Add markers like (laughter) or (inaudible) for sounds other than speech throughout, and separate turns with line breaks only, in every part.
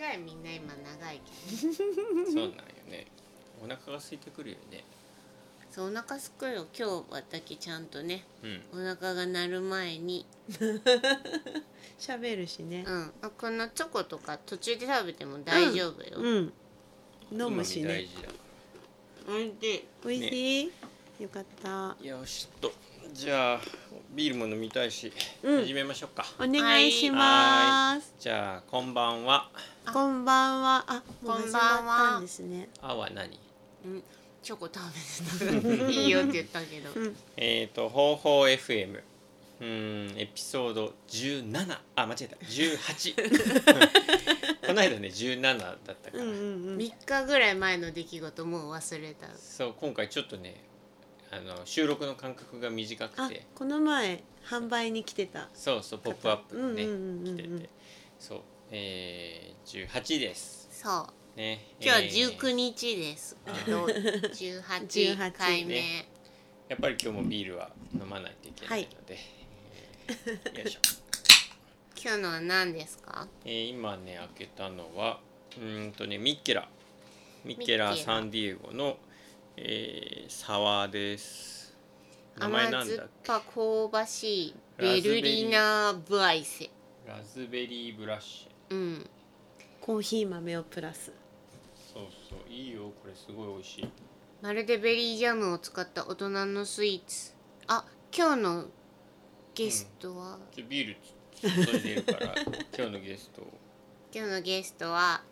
らいみんな今長いけ
そうなんよねお腹が空いてくるよね
どそうお腹すくよ今日はだけちゃんとね
うん
お腹が鳴る前に
喋るしね
う。んあこのチョコとか途中で食べても大丈夫よ、
うん。飲むし
大
ね。
事だか
おいしい
美味しい。よかった。
らよしっとじゃあビールも飲みたいし、
うん
始めましょうか
お願いします。
じゃあこんばんは
こんばんは。あ、もう
こん
始
ばんは
まったんですね。
あは何
チョコ食べてたいいよって言ったけど、
うん
えっ、ー、と方法 FM うーんエピソード17あ間違えた18
(laughs)
この間ね17だったか
う
ら、
んうんうん。
3日ぐらい前の出来事もう忘れた
そう今回ちょっとねあの収録の間隔が短く
あ
て、
この前販売に来てた。
そうそう「ポップアップにね、
うんうんうんうんうん
来ててそうえー、18です
そう
ね
今
え
日は
ー
19日です、
あ
けど18回目、
ねやっぱり今日もビールは飲まないといけないので、えーよいしょ、
今日のは何ですか
えー今ね開けたのはうーんとねミッケラミッケラ
ミッケラ
サンディエゴの、えー、サワーです名前な
甘
ん
酸
だ
っ
っ
ぱ香ばしい
ラ
ベ
ズベリー
ルリナ・ブアイセ
けラズベリーブラッシュ
うん
コーヒー豆をプラス。
そうそういいよこれすごい美味しい
まるでベリージャムを使った大人のスイーツあ今日のゲストは、
ちょビールつ注いでるから
(laughs)
今日のゲストを
今日のゲストは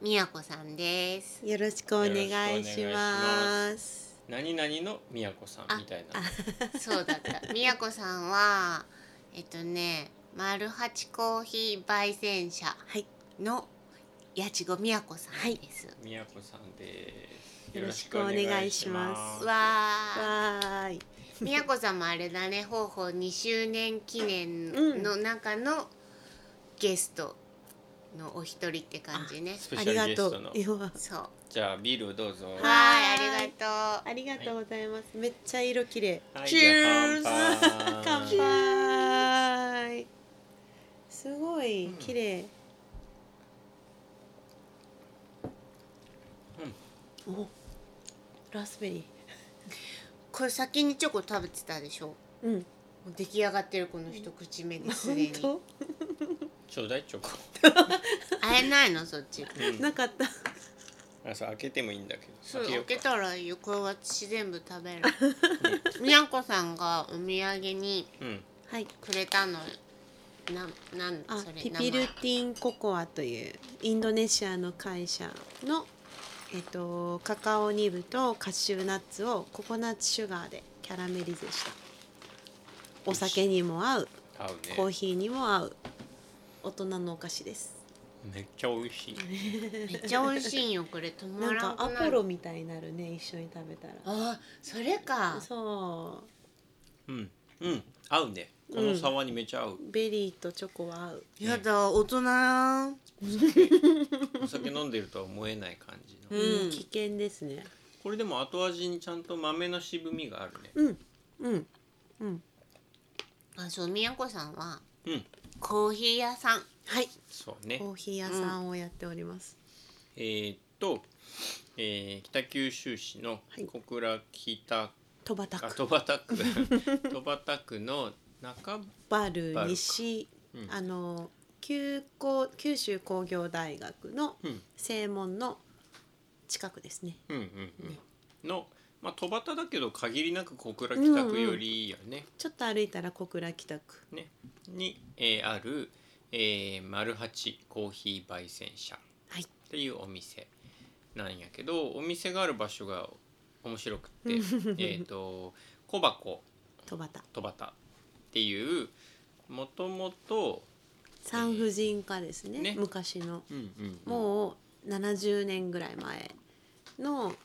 みやこさんです
よろしくお願いし
よろしくお願
ます。
何々の宮子さんみたいな
そうだったみやこさんはえっとねマルハチコーヒー焙煎社
はい
の八千子みやこさんです、
宮子さんです
よろしくお願いします
わー
わーい。
(laughs) みやこさんもあれだね方法2周年記念の中のゲストのお一人って感じね
スペ
あ
シ
り
ャ
が
ルゲ
と
スト
う
の。
要は
そうは
じゃあビールをどうぞ
ー
はい
いありがと
ありがとうございます。めっちゃ色綺麗。
はい
チュー
じゃあ乾
乾
杯
杯。すごい綺麗。お、ラズベリ
うこれ先にチョコ食べてたでしょも
ー。うん。
う出来上がってるこの一口目ですで
本
に
当？
ちょうだいチョコ
あれないのそっち
なかった。
あそう開けてもいいんだけど
そう開
ようか
けたらいいよこれ私全部食べ (laughs) るみやこさんがお土産に
うん
はい。
くれたのななん
あ
そ、れ
ピ
名
ピル
前
ティンココアというインドネシアの会社のえっとカカオニブとカシューナッツをココナッツシュガーでキャラメリゼした。お酒にも合う。
合
コ
う
ー
ね
ヒーにも合う大人のお菓子です
めっちゃ美味しい
めっちゃ美味しいんよこれ止ま
なん
らんく
かア
なる
ポロみたいになるね一緒に食べたら
あそれか
そ
うんうん合うねこのサワーにめちゃ合う
うベリーとチョコは合う
やだ大人
お酒飲んでるとは思えない感じ
う
の
ん
危険ですね
これでも後味にちゃんと豆の渋みがあるね
うんうんうん
あそうみやこさんは
うん
コーヒー屋さん
はい
そうね
コーヒー屋さんをやっております、
えーっと、えー北九州市の
はい
小倉北
戸端
あ
区
戸端区 (laughs) 戸端区の中
バル
バル
西
うん
あの九高九州工業大学の
うん
正門の近くですね
うんうんうんのまあ戸端だけど限りなく小倉北区よりやね、
ちょっと歩いたら小倉北区
ねに、えーある、えー、丸八コーヒー焙煎車っ
はい
ていうお店なんやけどお店がある場所が面白く
(laughs)
てえっと小箱
戸端
戸端っていうもともと
産婦人科ですね
ね
昔の
うんうんうん
もう70年ぐらい前の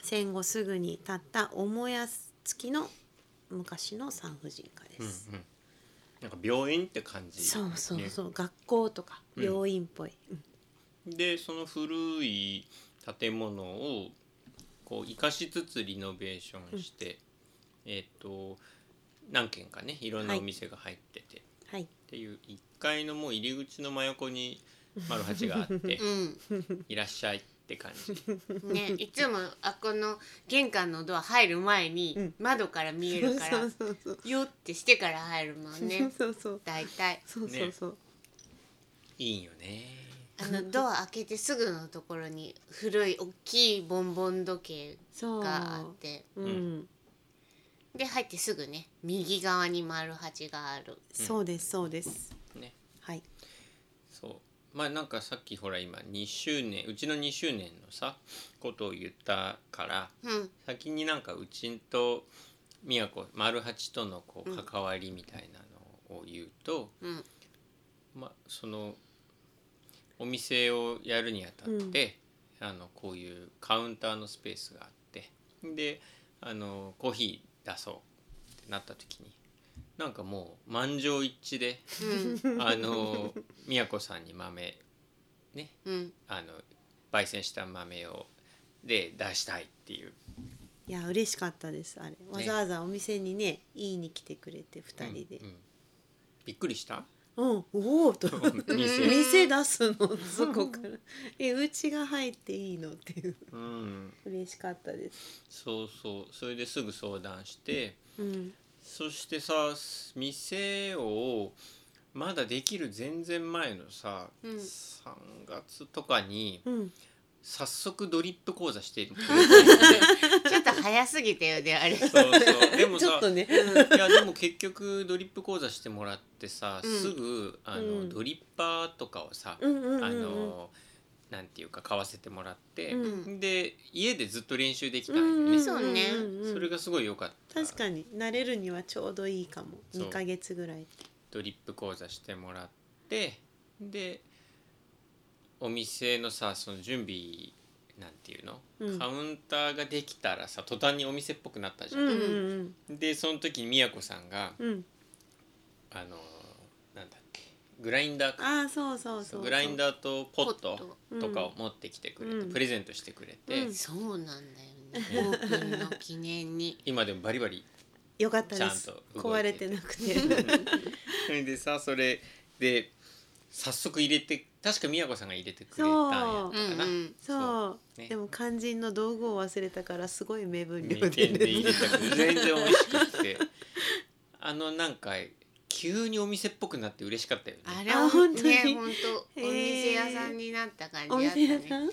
戦後すぐに建った母屋付きの昔の産婦人科
うん
です、
うんなんか病院って感じ
そうそう
ね
そう、学校とか
うん
病院っぽい、うん
でその古い建物をこう生かしつつリノベーションして、えっ、と何軒かねいろんなお店が入ってて、
はい
っていう1階のもう入り口の真横に丸八があって
うん
いらっしゃいって感じ
(laughs)
ね、いつもあこの玄関のドア入る前
う
に
ん
窓から見えるか
そ
ら
うそうそう
よってしてから入るもんね
そうそう
大体
そうそうそう、
いいよね
あ
(laughs)
のドア開けてすぐのところに古い大きいボンボン時
そ
計
う
があって
うん、
で入ってすぐね右側に丸八がある
そうですそうです
ね
はい
そうまあなんかさっきほら今2周年うちの2周年のさことを言ったから
うん
先になんかうちんと宮子丸八とのこう
うん
関わりみたいなのを言うと、
うん
まあそのお店をやるにあたって、あのこういうカウンターのスペースがあってであのコーヒー出そうってなった時になんかもう満場一致で
うん
あの宮子さんに豆ね
うん
あの焙煎した豆をで出したいっていう
いや嬉しかったですあれわざわざお店にね言いに来てくれて二人で
うんうんびっくりした
うん、おおと
お店
店出すのそこからえうちが入っていいのっていう
うん
嬉しかったです
そうそうそれですぐ相談して
うん
そしてさ店をまだできる全然前のさ、
うん
(laughs)
3月とかに
うん
早速ドリップ講座してく
(laughs)
れ
ちょっと早すぎたよねあれ
たそうそうでも
ちょ
さ
っとね
いやでも結局ドリップ講座してもらってさ、
うん
すぐあの、
うん
ドリッパーとかをさ、
うんうんうんうん
あのなんていうか買わせてもらって、
う
で家でずっと練習できたん
う
よ
ん
ね、
うん
そうね
うんうん
それがすごい良かった
確かに慣れるにはちょうどいいかも
そう
2ヶ月ぐらい
ドリップ講座してもらってでお店のさその準備なんていうの、
うん
カウンターができたらさ途端にお店っぽくなったじゃ
うん
ん、
うん
でその時にみやこさんが、
うんうん
あのなんだっけグラインダーか
ああそうそうそう
グラインダーとポット
ポ
ット
とかを持ってきてくれて、
うん
プレゼントしてくれて、
うん
そうなんだ
(laughs)
よねオープンの記念に
今でもバリバリ
よかったです
ちゃんと動いて
壊れてなくて
それでさそれで早速入れて確かみやこさんが入れてくれたんやっ
う
たか
ん
な。
うん
そう、
ね
でも肝心の道具を忘れたからすごい目分量
名
で
店で入れたけど全然美味しくってあのなんか急にお店っぽくなって嬉しかったよね。
あれ
あ
は
本当に
ね本当
へー
お店屋さんになった感じ
(laughs) お
やった
店屋さ
ね
ん
うん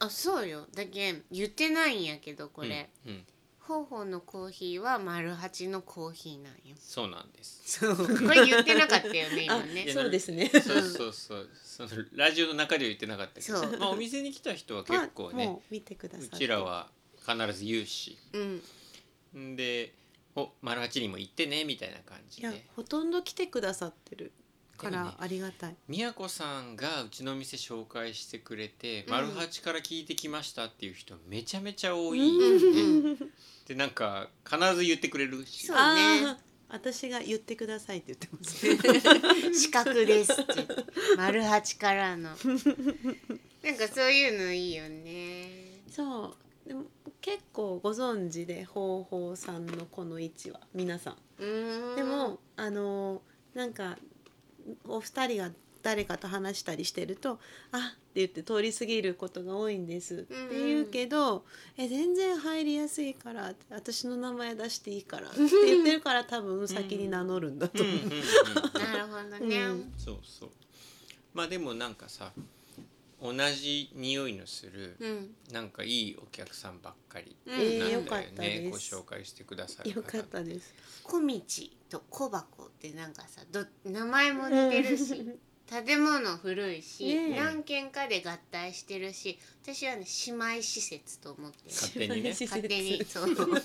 あそうよだけん言ってないんやけどこれ、
うんうん
ほうほうのコーヒーは丸八のコーヒーなんよ
(laughs)
そうなんです。
そうこれ言ってなかったよね今ね
や
そうですね
そうそうそうそのラジオの中では言ってなかったけ
そう
ど、まあ、お店に来た人は結構
まあ
ね
もう見てくださいう
ちらは必ず言うし
うん
んで「お丸八にも行ってね」みたいな感じ
いや
で
ほとんど来てくださってるか
でも
ら
ね
ありがたい、
宮子さんがうちの店紹介してくれて
う
「
ん
丸八から聞いてきました」っていう人めちゃめちゃ多い、
うんうん
でなんか必ず言ってくれるし
そう
ああ私が言ってくださいって言ってます
(laughs)
ね
四角ですって
(laughs)
言って丸八からのなんかそういうのいいよね
そうでも結構ご存知で方法さんのこの位置は皆さん
うーん
でもあのなんかお二人が誰かと話したりしてると「あっ」って言って通り過ぎることが多いんですって言うけど「え全然入りやすいから私の名前出していいから」って言ってるから多分先に名乗るんだと
うん
思
うんう
う。
ん
なるほどね、
うん
そうそうまあでもなんかさ同じ匂いのする
うん、
なんかいいお客さんばっかり
う
なんんだ
えー
よ
よかった
ね
です
ご紹介してくださる
よか
方
ったです。
小道と小箱ってなんかさど名前も似てるし建物古いし、
ねえ
何軒かで合体してるし私はね姉妹施設と思ってる
勝手にね
勝手にそうなんか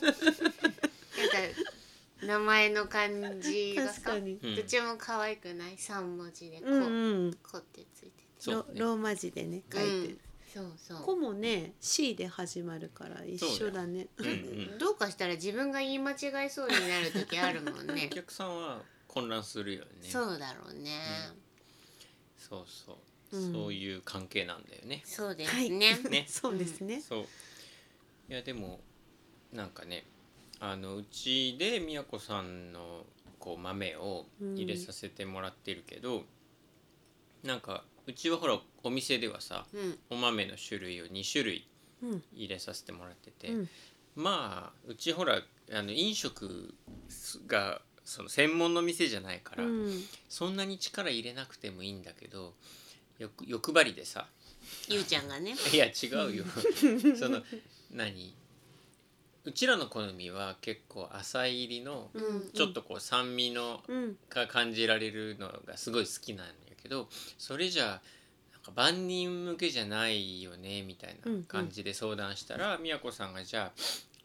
名前の感じが
確
さ
かに。
うん
どっちも可愛くない三文字でこう、
うんうん。
こってついてて
そう
ロ
ね
ローマ字でね書いて
う
る
ん。そうそ
こもね C で始まるから一緒だね。
そうだようん
うどうかしたら自分が言い間違いそうになる時ある
(laughs)
もんね
お客さんは混乱するよね
そうだろうね、
そうそう、
うん
そういう関係なんだよね
そうですね、
いね
そうですね。
そういやでもなんかねあのうちでみやこさんのこう豆を入れさせてもらってるけど、なんかうちはほらお店ではさ
うん
お豆の種類を2種類
うん
入れさせてもらってて、
うん
まあうちほらあの飲食がその専門の店じゃないから、
うん
そんなに力入れなくてもいいんだけど欲欲張りでさ
ゆうちゃんがね
いや違う
(laughs)
よその何うちらの好みは結構浅い入りの
うん
ちょっとこう酸味の
うん
が感じられるのがすごい好きなんやけどそれじゃなんか万人向けじゃないよねみたいな感じで相談したら、宮子さんがじゃ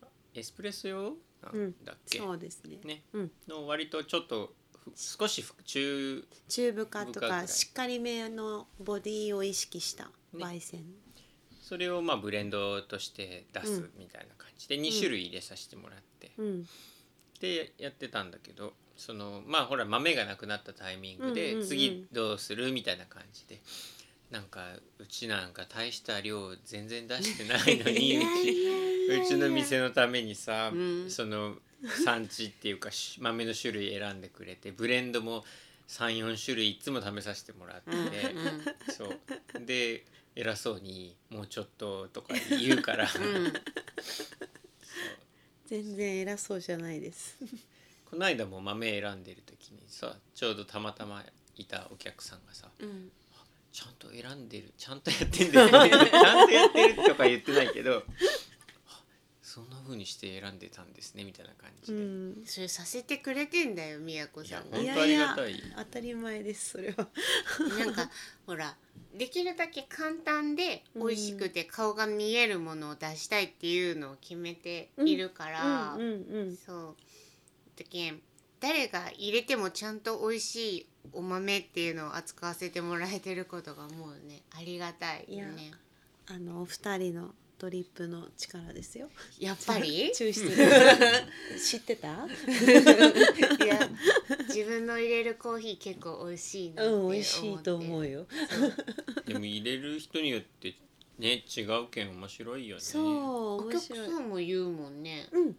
あエスプレッソ用なんだっけ、
そうですね
ね
うん
の割とちょっとふ少しふ中
中部化
中
と
部化ぐら
か
い
しっかりめのボディを意識した
ね
焙煎、
それをまあブレンドとして出すみたいな感じで2種類入れさせてもらって、
うん
でやってたんだけどそのまあほら豆がなくなったタイミングで、
うんうんうん
次どうするみたいな感じでなんかうちなんか大した量全然出してないの
(laughs)
にうちうちの店のためにさ、
うん
その産地っていうかし豆の種類選んでくれてブレンドも34種類いつも試させてもらって
うんうん
そうで偉そうに「もうちょっと」とか言うから。 (laughs)
うん
全然偉そうじゃないです。
この間も豆選んでる時にさちょうどたまたまいたお客さんがさ
うん
「ちゃんと選んでるちゃんとやってんです
(laughs)
ねちゃんとやってる」とか言ってないけどあ「そんな風にして選んでたんですね」みたいな感
う
じで、
ん、
それさせてくれてんだよみやこさんが
い
ね
や本当ありがたい
いや当たり前ですそれは。
なんかほらできるだけ簡単で美味しくて顔が見えるものを出したいっていうのを決めているから、
うんうん
そうだけん誰が入れてもちゃんと美味しいお豆っていうのを扱わせてもらえてることがもうねありがたいよね
うん。あのお二人のドリップの力ですよ。
やっぱり
(laughs) 抽出 (laughs) 知ってた？
いや自分の入れるコーヒー結構美味しいなって
う
思っ
ん
て
美味しいと思うよ。
でも入れる人によってね違うけん面白いよね
そう
お
面
客
白い。
さんも言うもんね
うん。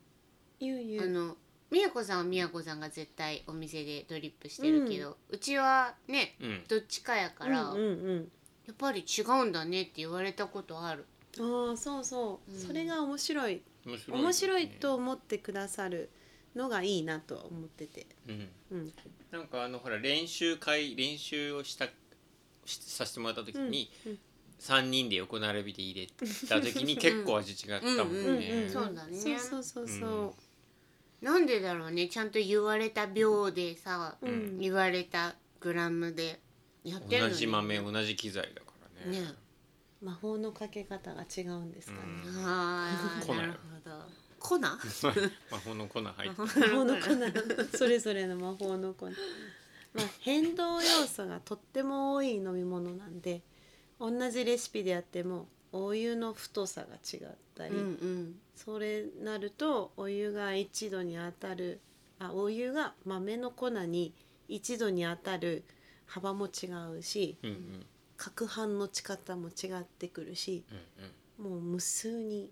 ゆうゆ
あ
う。
のみやこさんはみやこさんが絶対お店でドリップしてるけど、うちはね
うん
どっちかやから、
うんうん
やっぱり違うんだねって言われたことある
うん。ああそうそう、
うん
それが面白い
面白い,、
面白いと、思ってくださるのがいいなとは思ってて。
うん、
うん
なんかあのほら練習会練習をしたしさせてもらった時に、
うんうん
3人で横並びで入れた時に結構味違ったもんね。
うんうんうんそうだね
そうそうそうそう。
なんでだろうねちゃんと言われた秒でさ、
うん
言われたグラムでやってるの
同
に
じ豆同じ機材だからね
ね
魔法のかけ方が違うんですかね。
(laughs)
あー
粉
なるほど粉
魔法の粉入
(laughs)
って
魔法の粉それぞれの魔法の粉、まあ、変動要素がとっても多い飲み物なんで同じレシピでやってもお湯の太さが違った
う
り、
んうん
それなるとお湯が一度に当たるあお湯が豆の粉に一度に当たる幅も違うし
うんうん
攪拌の仕方も違ってくるし
うん
もう無数に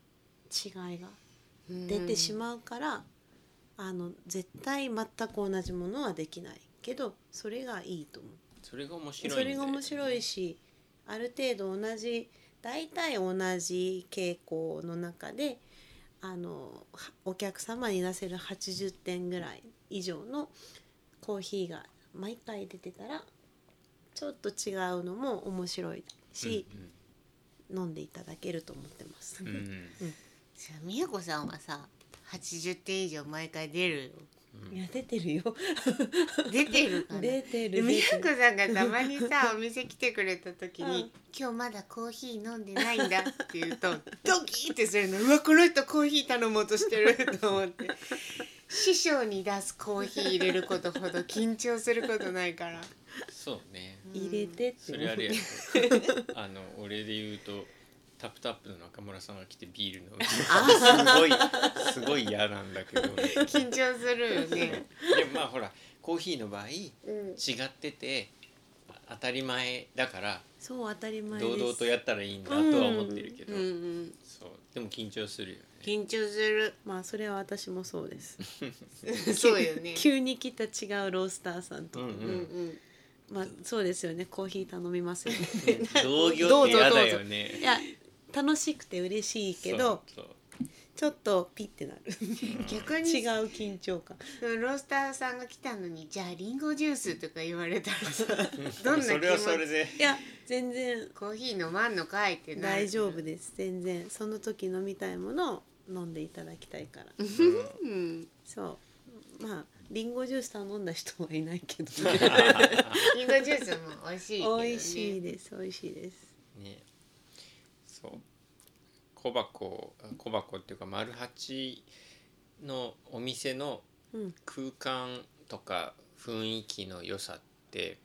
違いが
うん
出てしまうから、あの絶対全く同じものはできないけどそれがいいと思う、
それが面白いん
そ
だよね
れが面白いしある程度同じ大体同じ傾向の中であのはお客様に出せる80点ぐらい以上のコーヒーが毎回出てたらちょっと違うのも面白いし、飲んでいただけると思ってます。
うんうんうん
じゃあみやこさんはさ80点以上毎回出る
いや出てるよ
よ出てるから
(laughs) 出て
で
る
も
出
や
て
こ
る
さんがたまに
(laughs)
さお店来てくれた時に、
うん
今日まだコーヒー飲んでないんだ」って言う
(laughs)
とドキーってするの「うわこの人コーヒー頼もうとしてる」と思って師匠に出すコーヒー入れることほど緊張することないから。
そうね
入れてって
それ
(laughs)
あれやけどあの俺で言うとタップタップの中村さんが来てビールのすごいすごい嫌なんだけ
(laughs)
ど
緊張するよね。
でもまあほらコーヒーの場合違
うん
ってて当たり前だから
そう当たり前です
堂々とやったらいいんだとは思ってるけど、
うんうん、
そうでも緊張するよね
緊張する
(laughs) まあそれは私もそうです
そうよね
(laughs) 急に来た違うロースターさんと
うん
か、
う
うん
ん
うん
まあそうですよねコーヒー頼みますよね
同業って嫌だよね
いや楽しくて嬉しいけど
そうそう
ちょっとピッてなる
逆
違
に
う緊張感
そのロースターさんが来たのにじゃあリンゴジュースとか言われたら
(laughs)
さどんな気
そ
持
れはそれ
ち
で
いや全然
コーヒー飲まんのかいってなる
大丈夫です全然その時飲みたいものを飲んでいただきたいから
うん
そうまあリンゴジュース頼んだ人はいないけど
リンゴジュースも美味しいけどね
美味しいです美味しいです
ねそう小箱小箱っていうか丸八のお店の
うん
空間とか雰囲気の良さって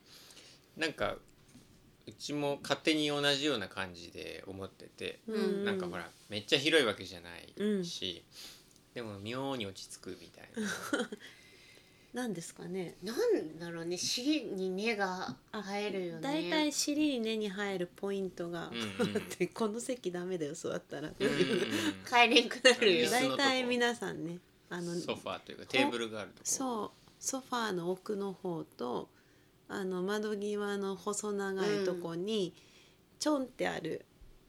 なんかうちも勝手に同じような感じで思ってて、
うん
なんかほらめっちゃ広いわけじゃないし、でも妙に落ち着くみたい (laughs) な。
なんですかね
なんだろうね尻に根が生えるよね
だいたい尻に根に入るポイントが、
うん
(laughs)
うん
でこの席ダメだよ座ったらって
うんうん
いう
帰れんくなる
うん
よ
椅子の
だ
と
い
こ
たい皆さんねあ
う
の
んソファーというかテーブルがあるとこ
そうソファーの奥の方とあの窓際の細長いとこに、ちょんってある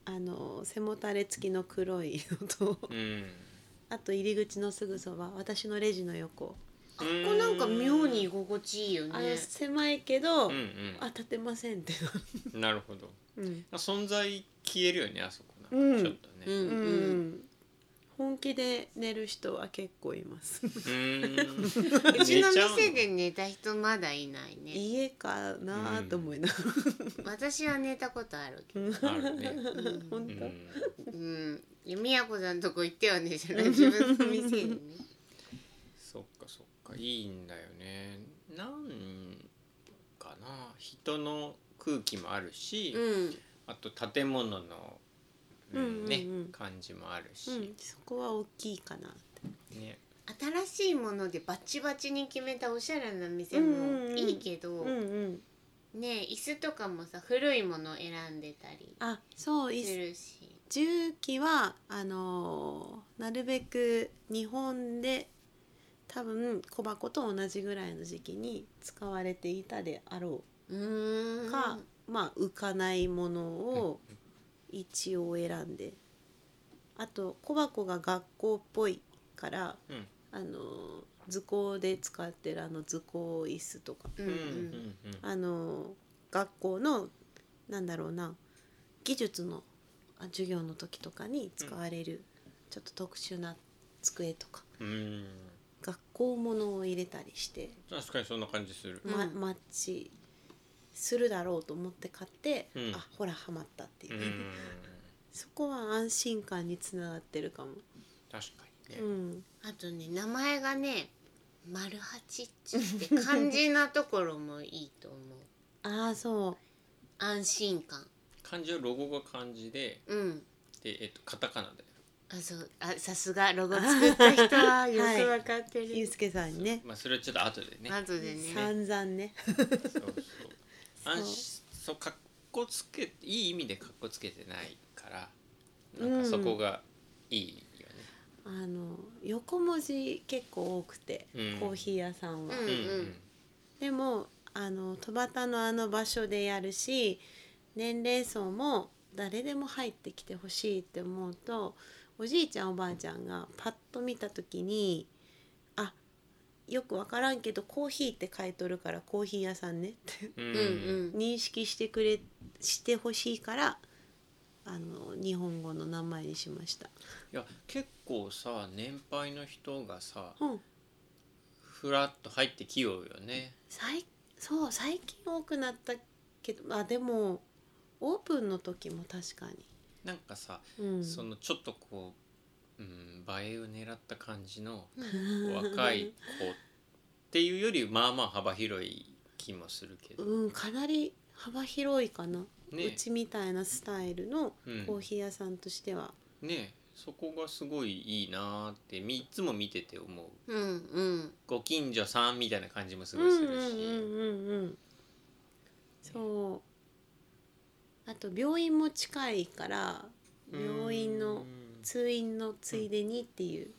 あの背もたれ付きの黒いのと (laughs)
う、ん、
あと入り口のすぐそば私のレジの横、
あっこなんか妙に居心地いいよ
あの
ね
狭いけど、
うん
あ立てませんって
うん、なるほど
うん、
存在消えるよねあそこな、
うん
ちょっとね
う
うん
うん
本気で寝る人は結構います
ー
(laughs)
ん
うちの
寝ちゃう
店で寝た人まだいないね
家かなと思いなが
私は寝たことあるけど
あるね、
ら、
うん
本
う
当、
ん、
うん宮子さんとこ行ってはねじゃない自分の店にね
そっかそっかいいんだよねなんかな人の空気もあるし、
うん
あと建物の、うんね
うんうんうん
感じもある
う
し
ん、そこは大きいかな
ね
新しいものでバチバチに決めたおしゃれな店もいいけど、
うんうん
ね椅子とかもさ古いもの選んでたり
あそうい
するし
重機はあのーなるべく日本で多分小箱と同じぐらいの時期に使われていたであろ
うー
うんか、まあ浮かないものを一応選んであと小箱が学校っぽいから
うん
あのー図工で使ってるあの図工椅子とか
う
うんん
う
うんんうん
あの学校のなんだろうな技術のあ授業の時とかに使われる、ちょっと特殊な机とか
うん
学校ものを入れたりして、
確かにそんな感じする、
ま
うん
マッチするだろうと思って買って、
うん
あほらハマったっていうう、
ん、
そこは安心感につながってるかも、
確かに
う
ね、
ん、
あとね名前がね「丸八」って漢字なところもいいと思う
ああそ
安心感
漢字はロゴが漢字で
うん
で、えっと、カタカナだよ
あそうあさすがロゴ作った人はよくわかって
(laughs) うゆう
る、
すけさんにね
まあそれはちょっと後でね
後でね
散々ね
そうそう安心そうかっこつけいい意味でかっこつけてないからなんかそこがいいよ
あの横文字結構多くて、
うん
コーヒー屋さんは。
うん
ね、
でもあの戸端のあの場所でやるし年齢層も誰でも入ってきてほしいって思うとおじいちゃんおばあちゃんがパッと見た時に「あよく分からんけどコーヒーって書いとるからコーヒー屋さんね」って
うん
う
うん
んうん
認識してくれしてほしいからあの日本語の名前にしました。
いや結構さ年配の人がさ
うん、
ふらっと入ってきようよね
最そう最近多くなったけどあでもオープンの時も確かに。
なんかさ、
うん、
そのちょっとこう、うん、映えを狙った感じの
うん
若い子っていうよりまあまあ幅広い気もするけど、
うんかなり幅広いかな、
ね
うちみたいなスタイルの
うん
コーヒー屋さんとしては、
ねそこがすごいいいなーってみいつも見てて思う
うんうん
ご近所さんみたいな感じもす
うん、
ごいす
うん
るし、
うんうんうんそうあと病院も近いから病院の
うん
通院のついでにっていう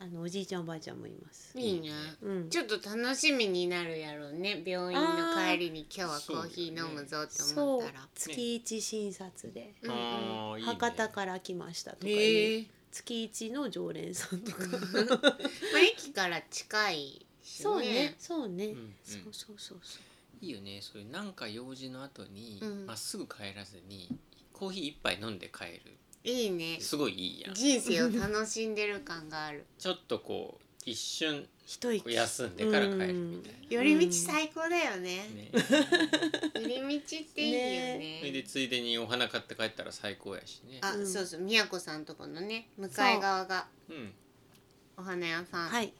あのおじいちゃんおばあちゃんもいます。
いいね
うん、
ちょっと楽しみになるやろうね病院の帰りに今日はコーヒー飲むぞって思
そ
っ
う
たら
月一診察で、
うんうん
あーいいね
博多から来ましたとか、
へ
いう
え
月一の常連さんとか。
まあ駅から近いし
そうね
ね、
そうね、
んうん
そうそうそうそう。
いいよねそういうなんか用事の後に
うん
まっすぐ帰らずにコーヒー一杯飲んで帰
いいね
るすごいいいやん
人生を楽しんでる感がある
ちょっとこう一瞬
一息。
休んでから帰るみたい
寄り道最高だよね
なね
寄り道っていいよ
それ
ね
でついでにお花買って帰ったら最高やしね
あ
うん
そうそう宮子さんとこのね向かい側が
うん
お花屋さん、
はい。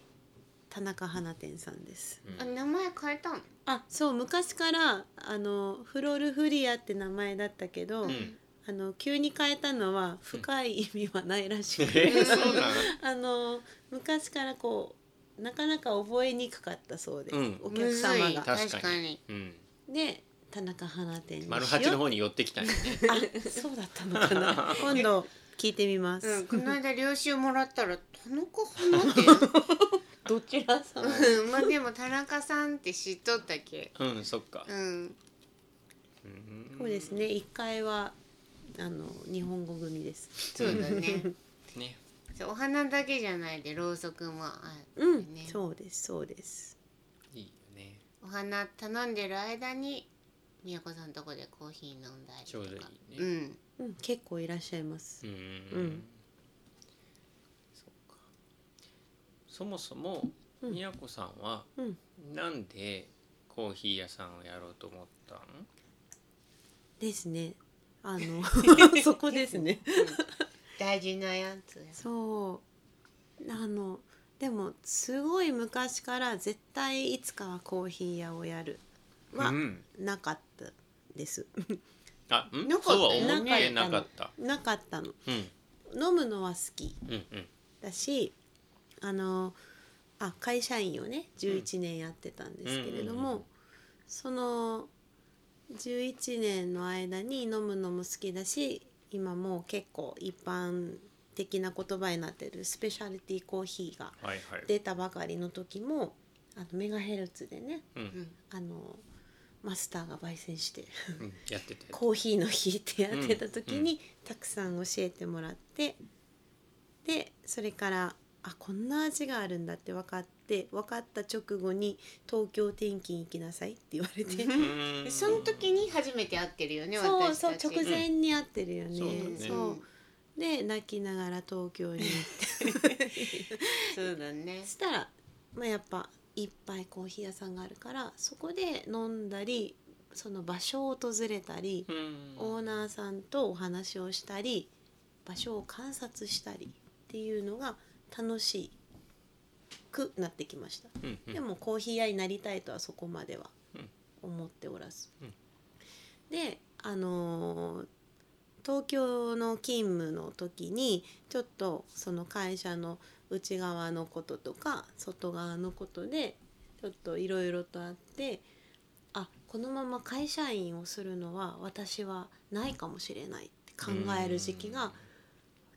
田中花店さんです。
うん
あ名前変えたの
あ、そう昔からあのフロールフリアって名前だったけど、
うん
あの急に変えたのは深い意味はないらし
え
くて、
ーそうなの
(laughs) あの昔からこうなかなか覚えにくかったそうで、
うん
お客様
む
が
ずい
確かに
確かに
うん
で田中花店にしよう
丸八の方に寄ってきたんやね
あそうだったのか
(laughs)
な今度聞いてみます、
うん、この間領収もらったら「田中花店
(laughs) どちらさん」
うんまあでも田中さんって知っとったけ
うんそっか
うん
うん
そうですね一階はあの日本語組です
そうだね
ね
そうお花だけじゃないでろうそくもあ
うん、
ね
そうですそうです
いいよね
お花頼んでる間に宮子さんとこでコーヒー飲んだり
ちょ
と
うどい
か
いね
うん
うん結構いらっしゃいま
う、
す
ん
うん
そうかそもそも
うん
みやこさんは
うん
なんでコーヒー屋さんをやろうと思ったん
ですねあ
(laughs)
のそこですね
大事なやつ
そうあのでもすごい昔から絶対いつかはコーヒー屋をやるは
うん
なかったです、
あん
なかった
そうは
よね
思ってなかった
なかったの
うん
飲むのは好き
うんうん
だしあのあ会社員をね11年やってたんですけれども、
うんうんうん
その11年の間に飲むのも好きだし今もう結構一般的な言葉になってるスペシャリティコーヒーが
はいはい
出たばかりの時もあのメガヘルツでね
うん
うん
あのマスターが焙煎して
うんやってて
コーヒーの日ってやってた
う
時
んう
に、たくさん教えてもらってでそれからあこんな味があるんだって分かって分かった直後に東京転勤行きなさいって言われて。
う
で
ん
その時に初めて会ってるよね
そう
私
そう
たち
直前に会ってるよね。
そうだね
そうで泣きながら東京に行って
そうだね
そしたら、まあ、やっぱいっぱいコーヒー屋さんがあるからそこで飲んだりその場所を訪れたり、
うん
オーナーさんとお話をしたり場所を観察したりっていうのが楽しくなってきました、
うんうん
でもコーヒー屋になりたいとはそこまでは
うん
思っておらず、
うん
であのー東京の勤務の時にちょっとその会社の内側のこととか外側のことでちょっといろいろとあってあこのまま会社員をするのは私はないかもしれないって考える時期が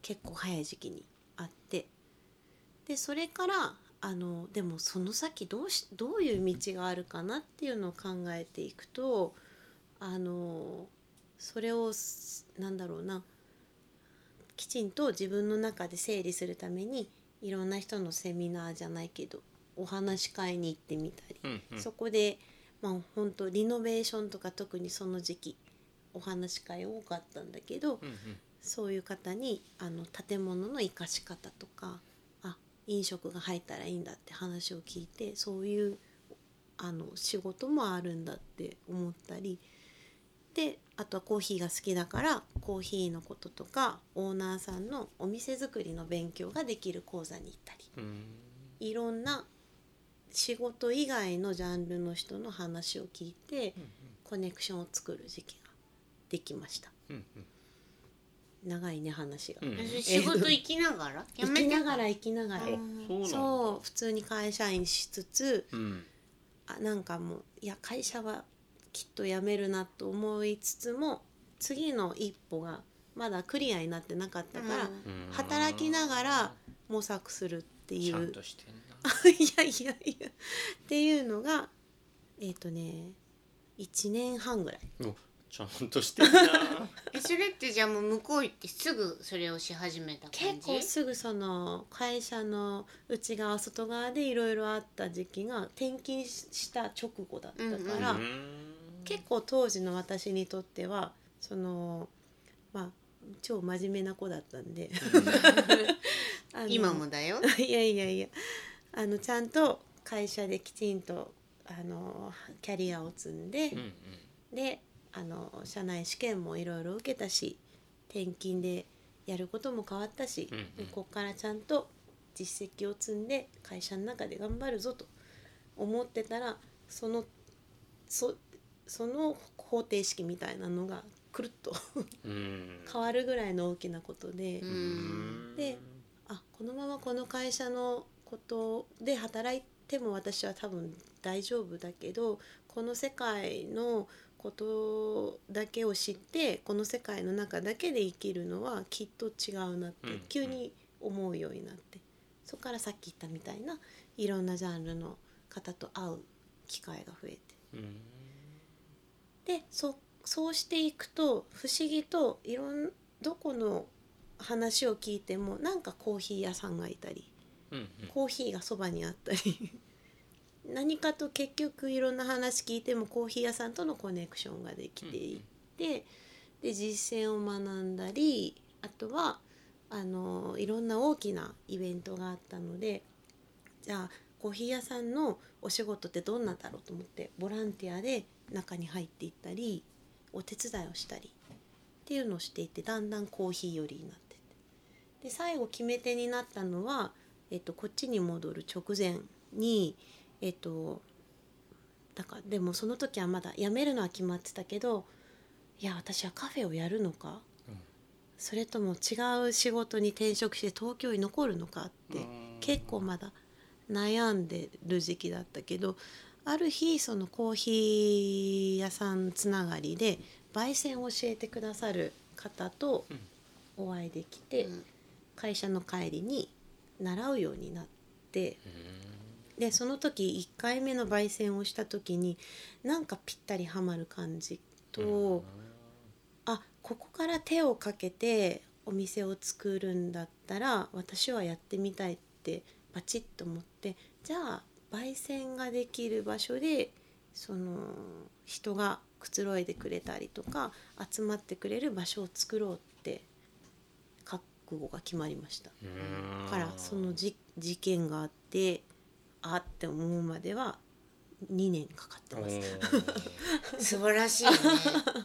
結構早い時期にあってでそれからあのでもその先どうしどういう道があるかなっていうのを考えていくとあのそれをすなんだろうなきちんと自分の中で整理するためにいろんな人のセミナーじゃないけどお話し会に行ってみたり
うんうん
そこで、まあ、本当リノベーションとか特にその時期お話し会多かったんだけど、
うんうん
そういう方にあの建物の生かし方とかあ飲食が入ったらいいんだって話を聞いてそういうあの仕事もあるんだって思ったりであとはコーヒーが好きだからコーヒーのこととかオーナーさんのお店作りの勉強ができる講座に行ったり
うん
いろんな仕事以外のジャンルの人の話を聞いて
うん
コネクションを作る時期ができました
うんうん
長いね話が。
うん
え仕事行きながら
生きながら生きながら
うん
うんあそうなん
そう普通に会社員しつつ
だうん
あなんかもういや会社はきっと辞めるなと思いつつも次の一歩がまだクリアになってなかったから、
うん
うん
働きながら模索するってってい
ちゃん
う
としてんな
(laughs) いやいやいやっていうのがえっ、とね1年半ぐらい
ちゃんとしてんな
えそれってじゃあもう向こう行ってすぐそれをし始めた感
結
じ
構すぐその会社の内側外側でいろいろあった時期が転勤しした直後だった
あ
から、
ら
うーん
結構当時の私にとってはそのまあ超真面目な子だったんであの
今もだよ
(laughs) いやいやいやあのちゃんと会社できちんとあのキャリアを積んで、
うんうん
であの社内試験もいろいろ受けたし転勤でやることも変わったし、
うんうん
ここからちゃんと実績を積んで会社の中で頑張るぞと思ってたらそのそその方程式みたいなのがくるっと
うーん
変わるぐらいの大きなことで、
う
うーん
であこのままこの会社のことで働いても私は多分大丈夫だけどこの世界のことだけを知ってこの世界の中だけで生きるのはきっと違うなって
うん
急に思うようになってそこからさっき言ったみたいないろんなジャンルの方と会う機会が増えて
うーん
でそそうしていくと不思議といろんどこの話を聞いてもなんかコーヒー屋さんがいたり
うんうん
コーヒーがそばにあったり (laughs) 何かと結局いろんな話聞いてもコーヒー屋さんとのコネクションができていって、で実践を学んだりあとはあのいろんな大きなイベントがあったのでじゃあコーヒー屋さんのお仕事ってどんなだろうと思ってボランティアで中に入っていったりお手伝いをしたりっていうのをしていてだんだんコーヒー寄りになってってで最後決め手になったのは、えっと、こっちに戻る直前にえっとだからでもその時はまだ辞めるのは決まってたけどいや私はカフェをやるのか、
うん
それとも違う仕事に転職して東京に残るのかって、結構まだ悩んでる時期だったけどある日そのコーヒー屋さんつながりで焙煎を教えてくださる方と
うん
お会いできて、
うん
会社の帰りに習うようになって
うー
でその時1回目の焙煎をした時になんかぴったりはまる感じと。
ん
あここから手をかけてお店を作るんだったら私はやってみたいってバチッと思ってじゃあ焙煎ができる場所でその人がくつろいでくれたりとか集まってくれる場所を作ろうって覚悟が決まりました
うーん
からそのじ事件があってあって思うまでは2年かかって
お
ます。
ー
素晴らしいね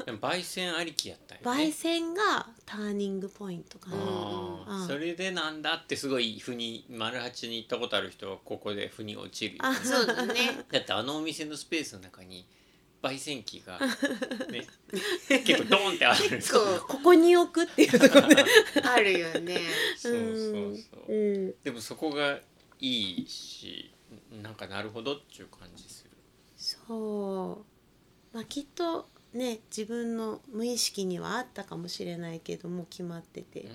でも焙煎ありきやったんや
焙
ね
煎がターニングポイントかな、
あー
うん
それでなんだってすごい腑に丸八に行ったことある人はここで腑に落ちるよね
あ
そうだね
だってあのお店のスペースの中に焙煎機が、ね、結構ドーンってある
結構
ここに置くっていうところで、
あるよね
そうそうそう、
うん、
でもそこがいいしなんかなるほどっていう感じする
そうまあきっとね自分の無意識にはあったかもしれないけどもう決まってて
うんうん